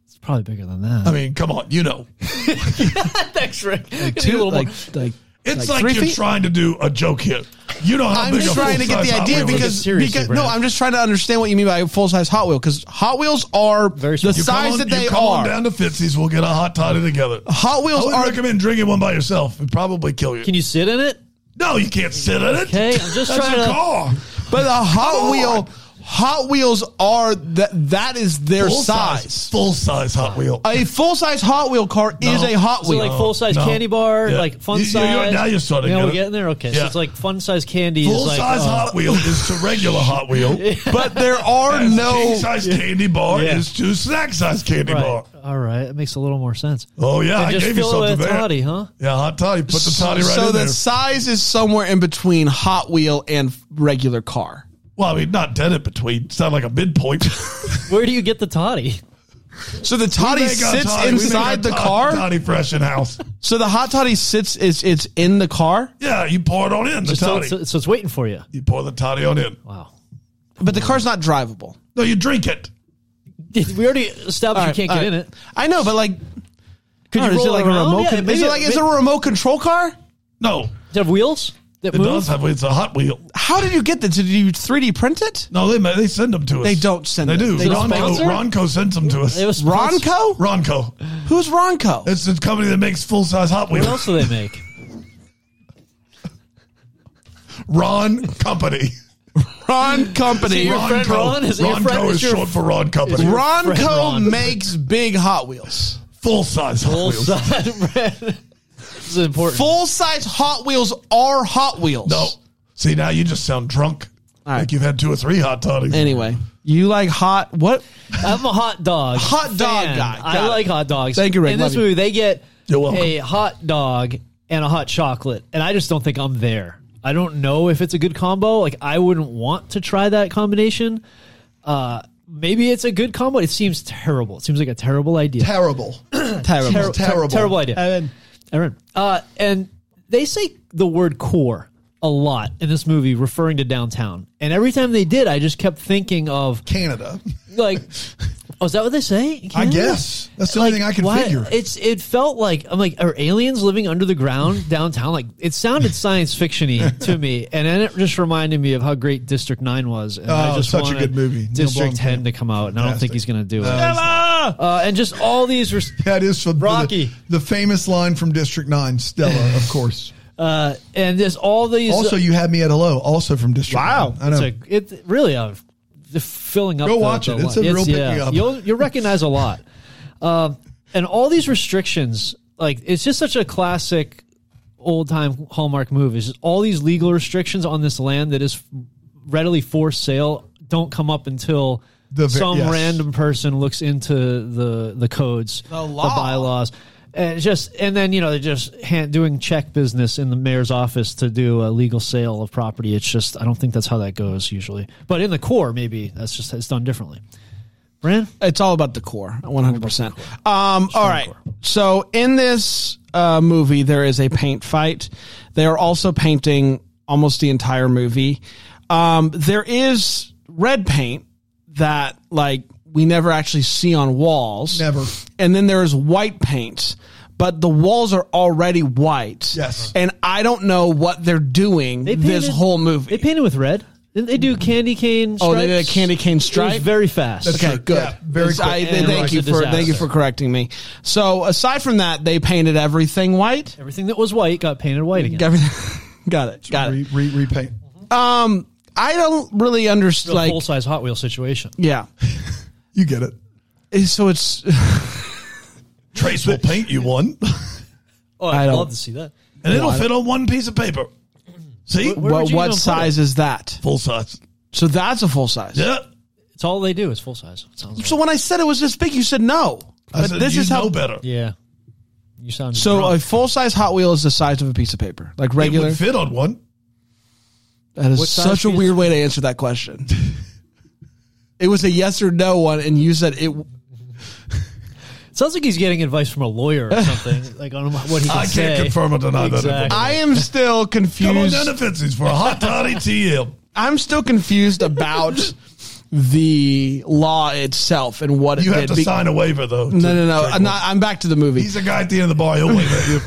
Speaker 2: It's probably bigger than that.
Speaker 6: I mean, come on, you know.
Speaker 2: Thanks, Rick.
Speaker 1: two, like like.
Speaker 6: It's
Speaker 1: Like
Speaker 6: like,
Speaker 1: three
Speaker 6: you're
Speaker 1: feet?
Speaker 6: trying to do a joke here. You know how
Speaker 1: I'm
Speaker 6: big
Speaker 1: just
Speaker 6: a
Speaker 1: trying to get
Speaker 6: full-size
Speaker 1: the
Speaker 6: Hot
Speaker 1: idea
Speaker 6: Wheel is.
Speaker 1: because
Speaker 2: seriously,
Speaker 1: because no,
Speaker 2: Brad.
Speaker 1: I'm just trying to understand what you mean by full size Hot Wheel because Hot Wheels are
Speaker 2: Very
Speaker 1: the
Speaker 2: small.
Speaker 6: Come
Speaker 2: You
Speaker 1: size
Speaker 6: on-
Speaker 1: that
Speaker 6: you
Speaker 1: they
Speaker 6: come on
Speaker 1: are.
Speaker 6: down to Fitzy's. We'll get a hot toddy together.
Speaker 1: Hot
Speaker 6: I
Speaker 1: Wheels
Speaker 6: would
Speaker 1: are
Speaker 6: recommend drinking one by yourself. It'd probably kill you.
Speaker 2: Can you sit in it?
Speaker 6: no, you can't sit in it.
Speaker 2: Okay, I'm just
Speaker 6: That's
Speaker 2: trying
Speaker 6: a
Speaker 2: to-
Speaker 6: car.
Speaker 1: but the Hot
Speaker 6: on.
Speaker 1: Wheel Hot Wheels are that that is their size.
Speaker 6: full size Hot Wheel.
Speaker 1: A full size Hot Wheel car is a Hot
Speaker 2: So
Speaker 1: Wheel.
Speaker 2: like full size
Speaker 6: no.
Speaker 2: candy bar,
Speaker 6: Yeah.
Speaker 2: like fun
Speaker 6: You- you- you're-
Speaker 2: size.
Speaker 6: now you're starting
Speaker 2: Yeah,
Speaker 6: to get
Speaker 2: we're
Speaker 6: it.
Speaker 2: getting there. Okay, so
Speaker 6: Yeah.
Speaker 2: it's like fun size candy.
Speaker 6: Full
Speaker 2: is like,
Speaker 6: size
Speaker 2: uh,
Speaker 6: Hot Wheel is to regular Hot Wheel.
Speaker 1: but there are
Speaker 6: King
Speaker 1: no
Speaker 6: size candy bar
Speaker 2: Yeah.
Speaker 6: is to snack size candy bar.
Speaker 2: Right. All right, it makes a little more sense.
Speaker 6: Oh yeah,
Speaker 2: And
Speaker 6: I
Speaker 2: just
Speaker 6: gave you
Speaker 2: fill it
Speaker 6: something
Speaker 2: with
Speaker 6: there.
Speaker 2: toddy, huh?
Speaker 6: Yeah, hot toddy. Put the toddy right
Speaker 1: so
Speaker 6: in
Speaker 1: the
Speaker 6: there.
Speaker 1: size is somewhere in between Hot Wheel and regular car.
Speaker 6: Well, I mean, not dead in between. It's not like a midpoint.
Speaker 2: Where do you get the toddy?
Speaker 1: So the toddy
Speaker 6: We make our
Speaker 1: sits
Speaker 6: toddy. We make our
Speaker 1: inside the
Speaker 6: toddy-
Speaker 1: car.
Speaker 6: Toddy fresh in house.
Speaker 1: So the hot toddy sits is it's in the car,
Speaker 6: Yeah, you pour it on in the
Speaker 2: Just so,
Speaker 6: toddy.
Speaker 2: it's, so it's waiting for you.
Speaker 6: You pour the toddy on in.
Speaker 2: Wow.
Speaker 1: but the car's not drivable.
Speaker 6: No, you drink it.
Speaker 2: We already established you can't get in it.
Speaker 1: I know, but like,
Speaker 2: Could
Speaker 1: I don't know,
Speaker 2: you
Speaker 1: is
Speaker 2: roll
Speaker 1: it like
Speaker 2: around?
Speaker 1: a remote?
Speaker 2: Yeah,
Speaker 1: con-
Speaker 2: maybe
Speaker 1: is it like is it a remote control car?
Speaker 6: No,
Speaker 2: Does it have wheels? that
Speaker 6: It
Speaker 2: move?
Speaker 6: does have. It's a Hot Wheel.
Speaker 1: How did you get that? Did you 3D print it?
Speaker 6: No, they ma- they send them to us.
Speaker 1: They don't send
Speaker 6: They
Speaker 1: them.
Speaker 6: do.
Speaker 1: They
Speaker 2: don't
Speaker 6: Ronco,
Speaker 2: sponsor?
Speaker 6: Ronco sends them to us.
Speaker 2: It was
Speaker 1: Ronco?
Speaker 6: Ronco.
Speaker 1: Who's Ronco?
Speaker 6: It's the company that makes full size Hot
Speaker 2: What
Speaker 6: Wheels.
Speaker 2: else do they make?
Speaker 6: Ron Company.
Speaker 1: Ron Company.
Speaker 2: Your friend Ron? Is it your
Speaker 6: Ronco
Speaker 2: friend-
Speaker 6: is
Speaker 2: is your-
Speaker 6: short for Ron Company.
Speaker 2: your- friend
Speaker 1: Ronco
Speaker 2: Ron.
Speaker 1: makes big Hot Wheels.
Speaker 6: full size Hot
Speaker 2: Full
Speaker 6: Wheels.
Speaker 2: side bread. this is important.
Speaker 1: Full size Hot Wheels are Hot Wheels.
Speaker 6: No. See, now you just sound drunk.
Speaker 1: All right.
Speaker 6: Like you've had two or three hot toddies.
Speaker 1: Anyway, you like hot what?
Speaker 2: I'm a hot dog.
Speaker 1: Hot dog
Speaker 2: fan.
Speaker 1: guy. Got
Speaker 2: I
Speaker 1: it.
Speaker 2: like hot dogs.
Speaker 1: Thank you, Rick.
Speaker 2: In
Speaker 1: Love
Speaker 2: this
Speaker 1: you.
Speaker 2: movie, they get
Speaker 6: You're welcome.
Speaker 2: a hot dog and a hot chocolate, and I just don't think I'm there. I don't know if it's a good combo. Like I wouldn't want to try that combination. Uh, maybe it's a good combo. It seems terrible. It seems like a terrible idea.
Speaker 3: Terrible.
Speaker 1: Terrible.
Speaker 2: Ter- ter-
Speaker 3: terrible.
Speaker 2: terrible idea.
Speaker 5: Evan.
Speaker 2: Aaron. Uh, and they say the word core a lot in this movie, referring to downtown. And every time they did, I just kept thinking of
Speaker 3: Canada.
Speaker 2: like, oh, is that what they say? in
Speaker 3: I
Speaker 2: Canada?
Speaker 3: guess. That's the only thing I can
Speaker 2: why-
Speaker 3: figure.
Speaker 2: It's it felt like I'm like, are aliens living under the ground downtown? Like it sounded science fictiony to me, and then it just reminded me of how great District Nine was. And I
Speaker 3: Oh,
Speaker 2: just
Speaker 3: such a
Speaker 2: wanted
Speaker 3: good movie. Neil
Speaker 2: District Ten
Speaker 3: Blomkamp.
Speaker 2: to come out, and I don't think
Speaker 3: Fantastic.
Speaker 2: he's going to do it. Uh, and just all these. Res-
Speaker 3: That is from
Speaker 2: Rocky.
Speaker 3: The, the famous line from District 9, Stella, of course.
Speaker 2: uh, and just all these. uh,
Speaker 3: also, you had me at hello, also from District
Speaker 1: Wow.
Speaker 3: 9. I know.
Speaker 2: It's a, it really a the filling up.
Speaker 3: Go
Speaker 2: the-
Speaker 3: watch
Speaker 2: the
Speaker 3: it. It's
Speaker 2: line.
Speaker 3: a real pick-me-up.
Speaker 2: You'll you'll recognize a lot, um, and all these restrictions. Like it's just such a classic old time Hallmark movie. It's just all these legal restrictions on this land that is readily for sale don't come up until.
Speaker 3: The ve-
Speaker 2: some
Speaker 3: yes.
Speaker 2: random person looks into the the codes,
Speaker 1: The law.
Speaker 2: bylaws, and it's just and then you know they're just hand, doing check business in the mayor's office to do a legal sale of property. It's just I don't think that's how that goes usually. But in the core, maybe that's just it's done differently. Brand,
Speaker 1: It's all about the core, 100%. Um, all right.
Speaker 2: core.
Speaker 1: So in this uh, movie, there is a paint fight. They are also painting almost the entire movie. Um, there is red paint that, like, we never actually see on walls.
Speaker 3: Never.
Speaker 1: And then there is white paint, but the walls are already white.
Speaker 3: Yes.
Speaker 1: And I don't know what they're doing
Speaker 2: They
Speaker 1: this
Speaker 2: painted-
Speaker 1: whole movie.
Speaker 2: they painted with red. Didn't they do candy cane? Stripes?
Speaker 1: Oh, they did a candy cane
Speaker 2: It was
Speaker 1: stripe?
Speaker 2: very fast.
Speaker 3: That's
Speaker 1: Okay,
Speaker 3: Sure.
Speaker 1: good.
Speaker 3: Yeah, very
Speaker 1: It's-
Speaker 3: quick.
Speaker 1: I-
Speaker 2: And
Speaker 1: thank
Speaker 2: it's
Speaker 1: you
Speaker 2: a
Speaker 1: for thank you
Speaker 2: disaster.
Speaker 1: for correcting me. So aside from that, they painted everything white.
Speaker 2: Everything that was white got painted white again.
Speaker 1: Everything, got it. Got
Speaker 3: Re,
Speaker 1: it.
Speaker 3: re, repaint.
Speaker 1: Um, I don't really understand. Like,
Speaker 2: full size Hot Wheel situation.
Speaker 1: yeah. Eh,
Speaker 3: You get it.
Speaker 1: So it's
Speaker 6: Trace will paint you one,
Speaker 2: Oh, I'd
Speaker 1: I don't-
Speaker 2: love to see that.
Speaker 6: and it'll fit on one piece of paper. See?
Speaker 2: Where would
Speaker 1: what
Speaker 2: you even
Speaker 1: what
Speaker 2: put
Speaker 1: size is that?
Speaker 6: Full size.
Speaker 1: So that's a full size.
Speaker 6: Yeah.
Speaker 2: It's all they do is full size. It sounds
Speaker 1: So when I said it was this big, you said no.
Speaker 6: I
Speaker 1: But
Speaker 6: said,
Speaker 1: this
Speaker 6: you
Speaker 1: is how.
Speaker 6: know better.
Speaker 2: like. yeah. You sound
Speaker 1: So uh,
Speaker 2: drunk.
Speaker 1: a full size Hot Wheel is the size of a piece of paper, like
Speaker 6: It
Speaker 1: regular.
Speaker 6: would fit on one.
Speaker 1: That
Speaker 2: What
Speaker 1: is
Speaker 2: size
Speaker 1: such a
Speaker 2: piece?
Speaker 1: weird way to answer that question. it was a yes or no one, and you said it.
Speaker 2: Sounds like he's getting advice from a lawyer or something, like on what he can
Speaker 6: I can't
Speaker 2: say.
Speaker 6: confirm or deny that information.
Speaker 1: I am still
Speaker 6: Come on
Speaker 1: confused.
Speaker 6: down to Fitzy's for a hot toddy TM.
Speaker 1: I'm still confused about the law itself and what
Speaker 6: You
Speaker 1: it
Speaker 6: have
Speaker 1: did.
Speaker 6: to
Speaker 1: be-
Speaker 6: sign a waiver, though.
Speaker 1: no, no, no. I'm, not, I'm back to the movie.
Speaker 6: He's a guy at the end of the bar. He'll wave at you.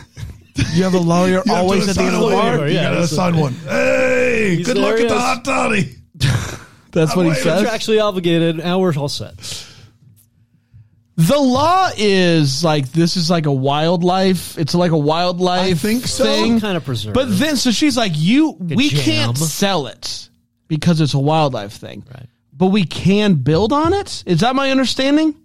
Speaker 1: You have a lawyer
Speaker 6: You have to
Speaker 1: always at the
Speaker 6: assign
Speaker 1: end
Speaker 6: a
Speaker 1: of the
Speaker 6: waiver.
Speaker 1: bar.
Speaker 2: Yeah,
Speaker 6: you gotta
Speaker 2: that's
Speaker 6: sign one. Hey,
Speaker 2: He's
Speaker 6: good luck at the
Speaker 2: hilarious.
Speaker 6: hot toddy.
Speaker 1: That's what he
Speaker 6: Wait,
Speaker 1: says.
Speaker 2: contractually obligated. Now we're all set.
Speaker 1: The law is like this is like a wildlife. It's like a wildlife
Speaker 3: I think so.
Speaker 1: thing.
Speaker 2: Kind of preserve.
Speaker 1: But then, so she's like, "You, we
Speaker 2: jam.
Speaker 1: can't sell it because it's a wildlife thing,
Speaker 2: Right.
Speaker 1: but we can build on it." Is that my understanding?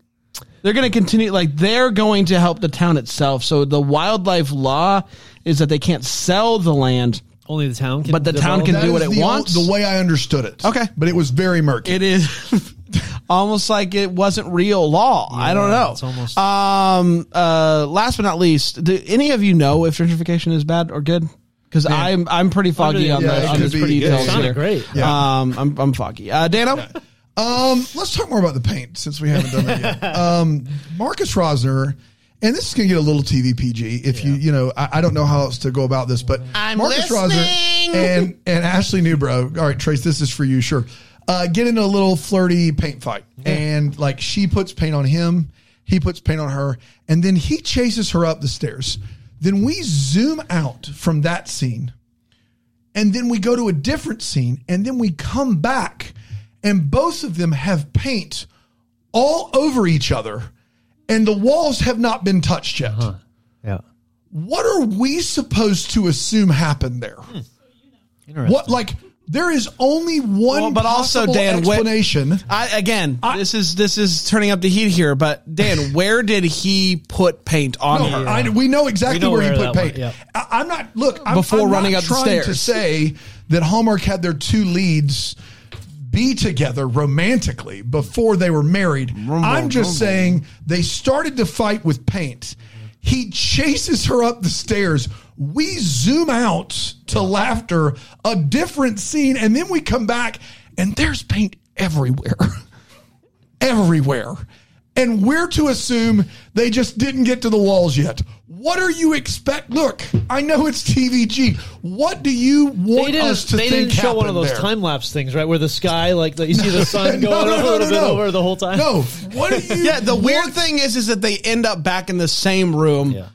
Speaker 1: They're going to continue, like they're going to help the town itself. So the wildlife law is that they can't sell the land.
Speaker 2: only the town can.
Speaker 1: But the town
Speaker 2: develop
Speaker 1: can
Speaker 2: that?
Speaker 1: do
Speaker 3: That
Speaker 1: what
Speaker 3: is
Speaker 1: it
Speaker 3: the,
Speaker 1: wants?
Speaker 3: The way I understood it.
Speaker 1: Okay.
Speaker 3: But it was very murky.
Speaker 1: It is almost like it wasn't real law. I don't know.
Speaker 2: it's almost-
Speaker 1: Um. Uh. Last but not least, do any of you know if gentrification is bad or good? Because I'm I'm pretty foggy
Speaker 2: yeah,
Speaker 1: on
Speaker 3: it
Speaker 1: the on
Speaker 3: could
Speaker 1: the
Speaker 3: be good.
Speaker 1: details
Speaker 3: It sounded
Speaker 1: here.
Speaker 2: great.
Speaker 3: Yeah.
Speaker 1: Um. I'm I'm foggy. Uh. Dano.
Speaker 3: Um, let's talk more about the paint since we haven't done that yet. Um, Marcus Rosner, and this is going to get a little TV PG. If you, you know, I, I don't know how else to go about this, but
Speaker 1: I'm
Speaker 3: Marcus
Speaker 1: listening.
Speaker 3: Rosner and and Ashley Newbro. All right, Trace, this is for you. Sure, uh, get into a little flirty paint fight, and like she puts paint on him, he puts paint on her, and then he chases her up the stairs. Then we zoom out from that scene and then we go to a different scene, and then we come back, and both of them have paint all over each other, and the walls have not been touched yet.
Speaker 1: Uh-huh.
Speaker 2: Yeah.
Speaker 3: What are we supposed to assume happened there?
Speaker 1: Hmm.
Speaker 2: Interesting.
Speaker 3: What like there is only one
Speaker 1: Well, but also,
Speaker 3: possible
Speaker 1: Dan, what-
Speaker 3: explanation.
Speaker 1: I, again, this is this is turning up the heat here. But Dan, where did he put paint on
Speaker 3: No,
Speaker 1: her?
Speaker 3: I, we know exactly
Speaker 2: We know
Speaker 3: where,
Speaker 2: where
Speaker 3: he put
Speaker 2: that
Speaker 3: paint.
Speaker 2: went, yeah.
Speaker 3: I, am not look I'm,
Speaker 1: Before
Speaker 3: I'm
Speaker 1: running
Speaker 3: not
Speaker 1: up the
Speaker 3: trying to
Speaker 1: stairs.
Speaker 3: say that Hallmark had their two leads be together romantically before they were married. I'm just saying they started to fight with paint. He chases her up the stairs. We zoom out to laughter, a different scene, and then we come back and there's paint everywhere. everywhere. And we're to assume they just didn't get to the walls yet. What are you expect? Look, I know it's TVG. What do you
Speaker 2: They
Speaker 3: want
Speaker 2: didn't,
Speaker 3: us to
Speaker 2: they
Speaker 3: think
Speaker 2: didn't show one of those
Speaker 3: happened there?
Speaker 2: time lapse things, right? Where the sky, like, you see the sun
Speaker 3: No,
Speaker 2: going
Speaker 3: no,
Speaker 2: a
Speaker 3: no,
Speaker 2: little
Speaker 3: no,
Speaker 2: bit
Speaker 3: no.
Speaker 2: over the whole time.
Speaker 3: No, what do you?
Speaker 1: yeah, the weird thing is, is that they end up back in the same room.
Speaker 2: Yeah.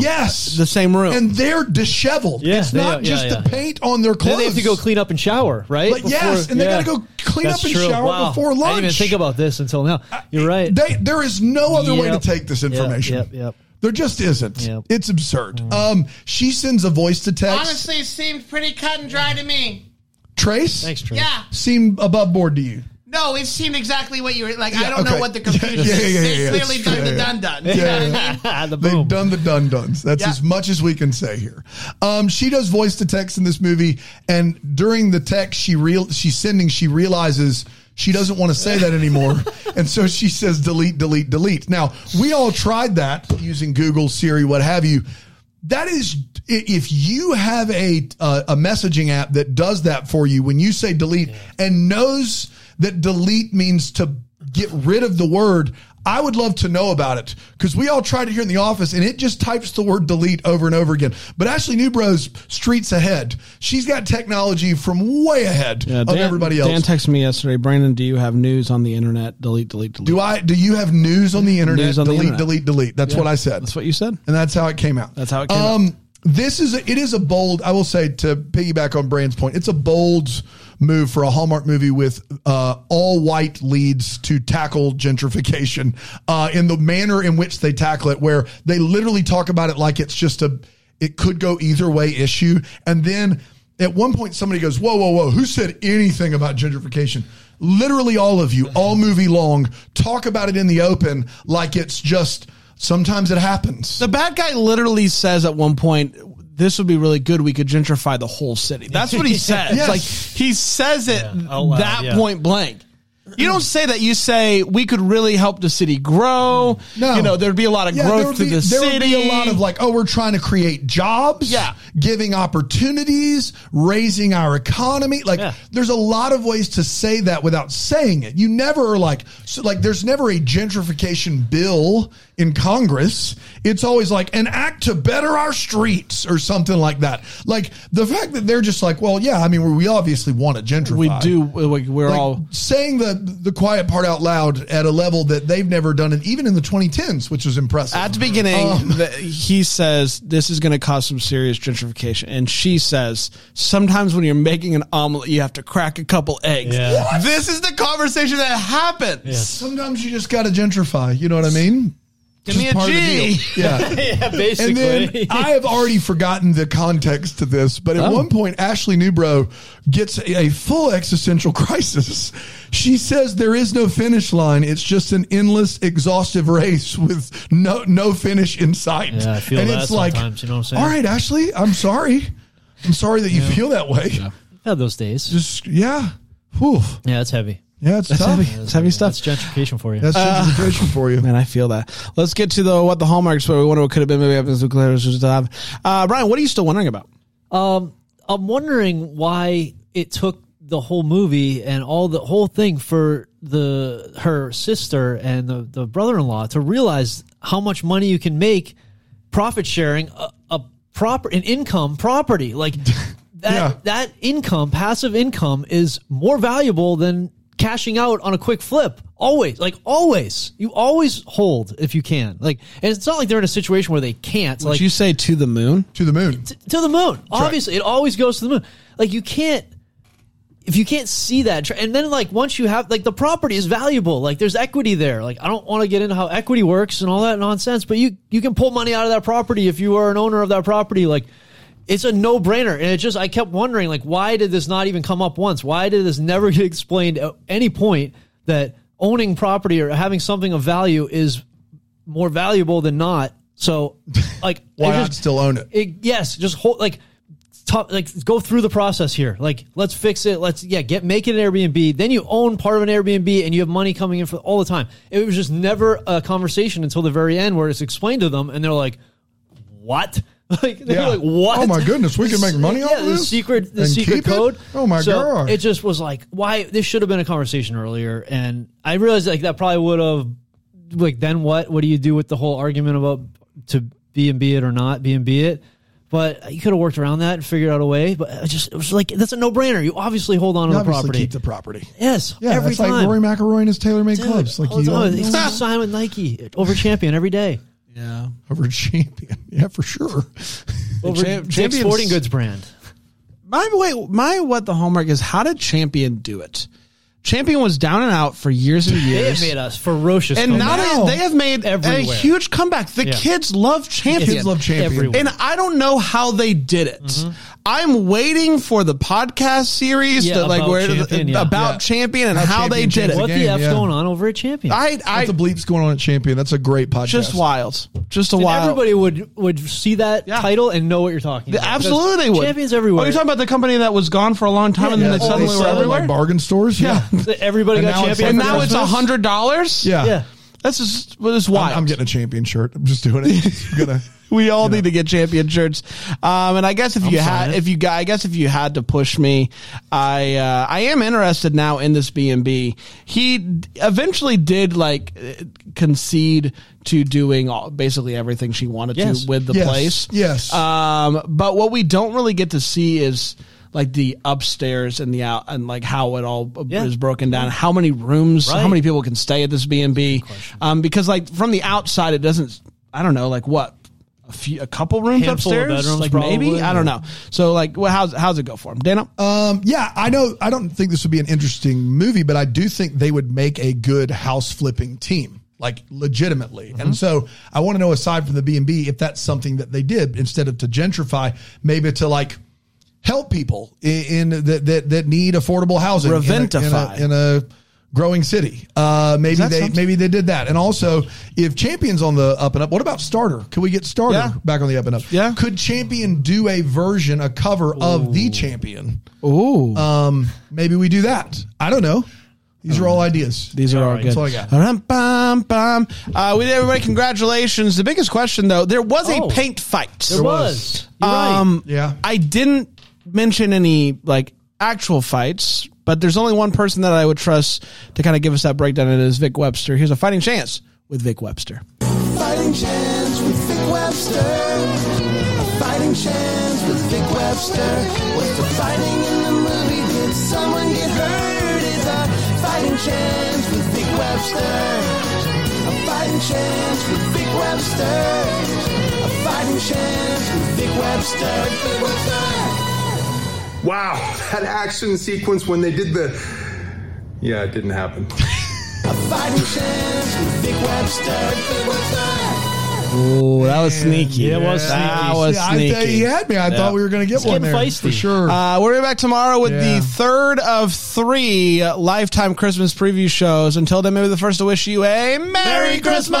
Speaker 3: yes,
Speaker 1: The same room.
Speaker 3: and they're disheveled.
Speaker 2: Yeah,
Speaker 3: it's
Speaker 2: they
Speaker 3: not
Speaker 2: are. Yeah,
Speaker 3: just
Speaker 2: yeah,
Speaker 3: the
Speaker 2: yeah.
Speaker 3: paint on their clothes.
Speaker 2: Then they have to go clean up and shower, right?
Speaker 3: But yes, and they gotta go clean up and shower before
Speaker 2: I didn't even
Speaker 3: lunch.
Speaker 2: think about this until now. You're right.
Speaker 3: They, there is no other way to
Speaker 2: Yep.
Speaker 3: take this
Speaker 2: Yep,
Speaker 3: information.
Speaker 2: yep, yep.
Speaker 3: There just isn't.
Speaker 2: Yep. Mm.
Speaker 3: It's absurd. Um, she sends a voice to text.
Speaker 5: Honestly, seemed pretty cut and dry to me.
Speaker 3: Trace,
Speaker 2: Thanks, Trey.
Speaker 5: Yeah.
Speaker 3: seem above board to you.
Speaker 5: No, it seemed exactly what you were like.
Speaker 3: Yeah,
Speaker 5: I don't
Speaker 3: okay.
Speaker 5: know what the confusion
Speaker 3: Yeah, yeah,
Speaker 5: is.
Speaker 3: yeah,
Speaker 5: They
Speaker 3: yeah,
Speaker 5: clearly
Speaker 3: that's
Speaker 5: done
Speaker 3: true. Yeah.
Speaker 5: the dun dun. You know what I mean?
Speaker 2: the
Speaker 3: They've
Speaker 2: boom.
Speaker 3: done the dun duns. That's
Speaker 5: Yeah.
Speaker 3: as much as we can say here. Um, she does voice to text in this movie, and during the text she real she's sending, she realizes she doesn't want to say that anymore, and so she says delete, delete, delete. Now we all tried that using Google, Siri, what have you. That is, i- if you have a uh, a messaging app that does that for you when you say delete and knows that delete means to get rid of the word. I would love to know about it because we all tried it here in the office and it just types the word delete over and over again. But Ashley Newbro's streets ahead. She's got technology from way ahead
Speaker 1: Yeah,
Speaker 3: of
Speaker 1: Dan-
Speaker 3: everybody else.
Speaker 1: Dan texted me yesterday. Brandon, do you have news on the internet? Delete, delete, delete.
Speaker 3: do I? Do you have news on the internet?
Speaker 1: News on the
Speaker 3: delete,
Speaker 1: internet.
Speaker 3: delete, delete. That's what I said.
Speaker 1: That's what you said.
Speaker 3: and that's how it came out.
Speaker 1: That's how it came
Speaker 3: out. This is a, it is a bold. I will say to piggyback on Brand's point, it's a bold move for a Hallmark movie with uh, all white leads to tackle gentrification uh, in the manner in which they tackle it, where they literally talk about it like it's just a it could go either way issue, and then at one point somebody goes, "Whoa, whoa, whoa! Who said anything about gentrification?" Literally, all of you, all movie long, talk about it in the open like it's just. Sometimes it happens.
Speaker 1: The bad guy literally says at one point, "This would be really good. We could gentrify the whole city." That's what he says.
Speaker 3: Yes.
Speaker 1: Like he says it
Speaker 2: out loud,
Speaker 1: that
Speaker 2: yeah.
Speaker 1: point blank. You don't say that. You say we could really help the city grow.
Speaker 3: No.
Speaker 1: you know there'd be a lot of
Speaker 3: Yeah, there
Speaker 1: growth
Speaker 3: would
Speaker 1: to
Speaker 3: be,
Speaker 1: the
Speaker 3: there
Speaker 1: city.
Speaker 3: would be a lot of like, oh, we're trying to create jobs,
Speaker 1: Yeah.
Speaker 3: giving opportunities, raising our economy. Like,
Speaker 2: Yeah.
Speaker 3: there's a lot of ways to say that without saying it. You never are like, so like, there's never a gentrification bill in Congress. It's always like an act to better our streets or something like that. Like the fact that they're just like, well, yeah, I mean, we obviously want to gentrify.
Speaker 1: we do. Like, we're
Speaker 3: Like,
Speaker 1: all
Speaker 3: saying the the quiet part out loud at a level that they've never done it, even in the 2010s, which was impressive.
Speaker 1: At the beginning, the, he says this is going to cause some serious gentrification, and she says sometimes when you're making an omelet, you have to crack a couple eggs.
Speaker 2: Yeah. What?
Speaker 1: This is the conversation that happens.
Speaker 3: Sometimes you just gotta gentrify. You know what I mean?
Speaker 1: Give me a G.
Speaker 3: Yeah.
Speaker 2: yeah,
Speaker 3: And then
Speaker 2: basically. Oh.
Speaker 3: I have already forgotten the context to this, but at one point, Ashley Newbro gets a, a full existential crisis. She says there is no finish line; it's just an endless, exhaustive race with no no finish in sight.
Speaker 2: Yeah, I feel
Speaker 3: and
Speaker 2: that
Speaker 3: it's like,
Speaker 2: sometimes, you know what I'm saying?
Speaker 3: All right, Ashley, I'm sorry. I'm sorry that you feel that way.
Speaker 2: had those days.
Speaker 3: Just yeah, Whew.
Speaker 2: Yeah, it's heavy.
Speaker 3: yeah, it's tough.
Speaker 1: It's heavy stuff.
Speaker 2: That's gentrification for you.
Speaker 3: That's
Speaker 2: Ah.
Speaker 3: just depression for you.
Speaker 1: Man, I feel that. Let's get to the what the hallmarks were. We wonder what could have been. Maybe happens to Claire. Uh, Brian, what are you still wondering about?
Speaker 2: Um, I'm wondering why it took the whole movie and all the whole thing for the her sister and the, the brother-in-law to realize how much money you can make profit sharing a, a proper an income property like that
Speaker 3: Yeah.
Speaker 2: that income passive income is more valuable than cashing out on a quick flip. Always, like always, you always hold if you can. Like, and it's not like they're in a situation where they can't.
Speaker 1: Did
Speaker 2: Like
Speaker 1: you say to the moon?
Speaker 3: to the moon.
Speaker 2: to the moon. Obviously, it always goes to the moon. Like you can't if you can't see that tra- and then like once you have like the property is valuable like there's equity there like i don't want to get into how equity works and all that nonsense but you you can pull money out of that property if you are an owner of that property like it's a no-brainer and it just i kept wondering like why did this not even come up once why did this never get explained at any point that owning property or having something of value is more valuable than not so like
Speaker 3: Why
Speaker 2: I
Speaker 3: not
Speaker 2: just-
Speaker 3: still own it?
Speaker 2: it, yes, just hold like top like go through the process here. Like let's fix it. Let's yeah, get make it an Airbnb. Then you own part of an Airbnb and you have money coming in for all the time. It was just never a conversation until the very end where it's explained to them and they're like, "What?" Like they're
Speaker 3: Yeah.
Speaker 2: like, "What?"
Speaker 3: Oh my goodness, we can make money
Speaker 2: yeah,
Speaker 3: off of
Speaker 2: the
Speaker 3: this
Speaker 2: secret the
Speaker 3: and
Speaker 2: secret
Speaker 3: keep it?
Speaker 2: code.
Speaker 3: Oh my
Speaker 2: So
Speaker 3: God.
Speaker 2: It just was like, "Why this should have been a conversation earlier." And I realized like that probably would have like then what what do you do with the whole argument about to be and be it or not be and be it but you could have worked around that and figured out a way but it just it was like that's a no-brainer you obviously hold on to
Speaker 3: You
Speaker 2: the
Speaker 3: obviously
Speaker 2: property
Speaker 3: keep the property.
Speaker 2: yes
Speaker 3: Yeah,
Speaker 2: every
Speaker 3: it's
Speaker 2: time
Speaker 3: like Rory McIlroy and his tailor-made
Speaker 2: Dude,
Speaker 3: clubs. Like
Speaker 2: hold
Speaker 3: you
Speaker 2: on.
Speaker 3: own
Speaker 2: He's gonna sign with nike over champion every day
Speaker 1: Yeah.
Speaker 3: over champion. Yeah, for sure.
Speaker 2: over
Speaker 1: Champ-
Speaker 2: Dick's
Speaker 1: Champion's-
Speaker 2: sporting goods brand
Speaker 1: My way, my what the homework is how did Champion do it? Champion was down and out for years and
Speaker 2: they have
Speaker 1: years.
Speaker 2: made us ferocious
Speaker 1: and now,
Speaker 2: comebacks.
Speaker 1: they, they have made a
Speaker 2: Everywhere.
Speaker 1: huge comeback. The
Speaker 2: Yeah.
Speaker 1: kids love Champion.
Speaker 3: Kids love Champion.
Speaker 2: Everywhere.
Speaker 1: And I don't know how they did it.
Speaker 2: Mm-hmm.
Speaker 1: I'm waiting for the podcast series
Speaker 2: Yeah,
Speaker 1: that like
Speaker 2: about
Speaker 1: where
Speaker 2: Champion, yeah.
Speaker 1: about
Speaker 3: Yeah.
Speaker 1: Champion and
Speaker 3: How
Speaker 1: how, they
Speaker 3: Champion
Speaker 1: did
Speaker 3: changed
Speaker 1: it.
Speaker 2: what the
Speaker 3: game,
Speaker 2: f
Speaker 3: yeah.
Speaker 2: going on over at champion
Speaker 1: I I
Speaker 3: what the bleep's going on at Champion? That's a great podcast.
Speaker 1: just wild. Just a
Speaker 2: And
Speaker 1: wild.
Speaker 2: everybody would would see that
Speaker 1: Yeah.
Speaker 2: title and know what you're talking about
Speaker 1: Absolutely, they
Speaker 2: Because
Speaker 1: would.
Speaker 2: champions everywhere
Speaker 1: Oh, you're talking about the company that was gone for a long time and
Speaker 3: Yeah,
Speaker 1: then they
Speaker 3: oh,
Speaker 1: suddenly
Speaker 3: they
Speaker 1: were
Speaker 3: sell it
Speaker 1: everywhere.
Speaker 3: like bargain stores.
Speaker 1: Yeah.
Speaker 2: That everybody
Speaker 3: And
Speaker 2: got
Speaker 3: now it's
Speaker 2: champion
Speaker 1: and
Speaker 2: for
Speaker 1: now it's
Speaker 2: Christmas?
Speaker 1: a hundred dollars.
Speaker 3: yeah,
Speaker 2: yeah
Speaker 1: that's just well, it's wild.
Speaker 3: I'm, I'm getting a champion shirt. I'm just doing it. I'm gonna.
Speaker 1: we all need to get champion shirts. Um, and I guess if you had,
Speaker 2: signing.
Speaker 1: if you got, I guess if you had to push me, I, uh, I am interested now in this B and B. He d- eventually did like uh, concede to doing all, basically everything she wanted
Speaker 2: Yes.
Speaker 1: to with the
Speaker 3: Yes.
Speaker 1: place.
Speaker 3: Yes.
Speaker 2: Uh,
Speaker 1: Um, but what we don't really get to see is like the upstairs and the out and like how it all uh,
Speaker 2: Yeah.
Speaker 1: is broken down, how many rooms, how
Speaker 2: Right.
Speaker 1: many people can stay at this B and B. Um, because like from the outside, it doesn't, I don't know, like what, a few, a couple rooms
Speaker 2: Handful of
Speaker 1: upstairs,
Speaker 2: bedrooms
Speaker 1: like
Speaker 2: probably,
Speaker 1: maybe, I don't
Speaker 2: or-
Speaker 1: know. So like, well, how's, how's it go for him? Dana?
Speaker 3: Um, yeah, I know. I don't think this would be an interesting movie, but I do think they would make a good house flipping team, like legitimately.
Speaker 1: Mm-hmm.
Speaker 3: And so I want to know, aside from the B and B, if that's something that they did instead of to gentrify, maybe to like help people in, in that, that that need affordable housing, in a- in a-
Speaker 1: Reventify.
Speaker 3: in a, growing city. Uh, maybe
Speaker 1: that
Speaker 3: they
Speaker 1: something-
Speaker 3: maybe they did that. And also, if Champions on the up and up, what about Starter? Could we get Starter
Speaker 1: Yeah.
Speaker 3: back on the up and up?
Speaker 1: Yeah.
Speaker 3: Could Champion do a version, a cover of the Champion?
Speaker 1: Ooh,
Speaker 3: Um, maybe we do that. I don't know. These are all ideas.
Speaker 1: these are all
Speaker 3: That's
Speaker 1: good.
Speaker 3: all I got.
Speaker 1: Bum, bum, bum. Uh, we did everybody. Congratulations. The biggest question though, there was
Speaker 2: Oh.
Speaker 1: a paint fight.
Speaker 2: There was. You're right.
Speaker 1: Um,
Speaker 3: Yeah.
Speaker 1: I didn't mention any like actual fights, but there's only one person that I would trust to kind of give us that breakdown. and It is Vic Webster. Here's a fighting chance with Vic Webster.
Speaker 7: Fighting Chance with Vic Webster. A fighting Chance with Vic Webster. What's the fighting in the movie? Did someone get hurt? It's a fighting chance with Vic Webster. A fighting chance with Vic Webster. A fighting chance with Vic Webster. Vic Webster.
Speaker 8: Wow, that action sequence when they did the. Yeah, it didn't happen.
Speaker 7: A fighting chance with Vic Webster. Vic Webster.
Speaker 1: Oh, that was sneaky.
Speaker 2: It was
Speaker 1: That
Speaker 2: sneaky.
Speaker 1: was
Speaker 3: I
Speaker 1: sneaky.
Speaker 3: thought he had me. I thought we were going to get one there
Speaker 2: getting feisty.
Speaker 3: for sure.
Speaker 1: Uh, we'll be back tomorrow with
Speaker 3: Yeah.
Speaker 1: the third of three uh, lifetime Christmas preview shows. Until then, maybe the first to wish you a Merry, Christmas!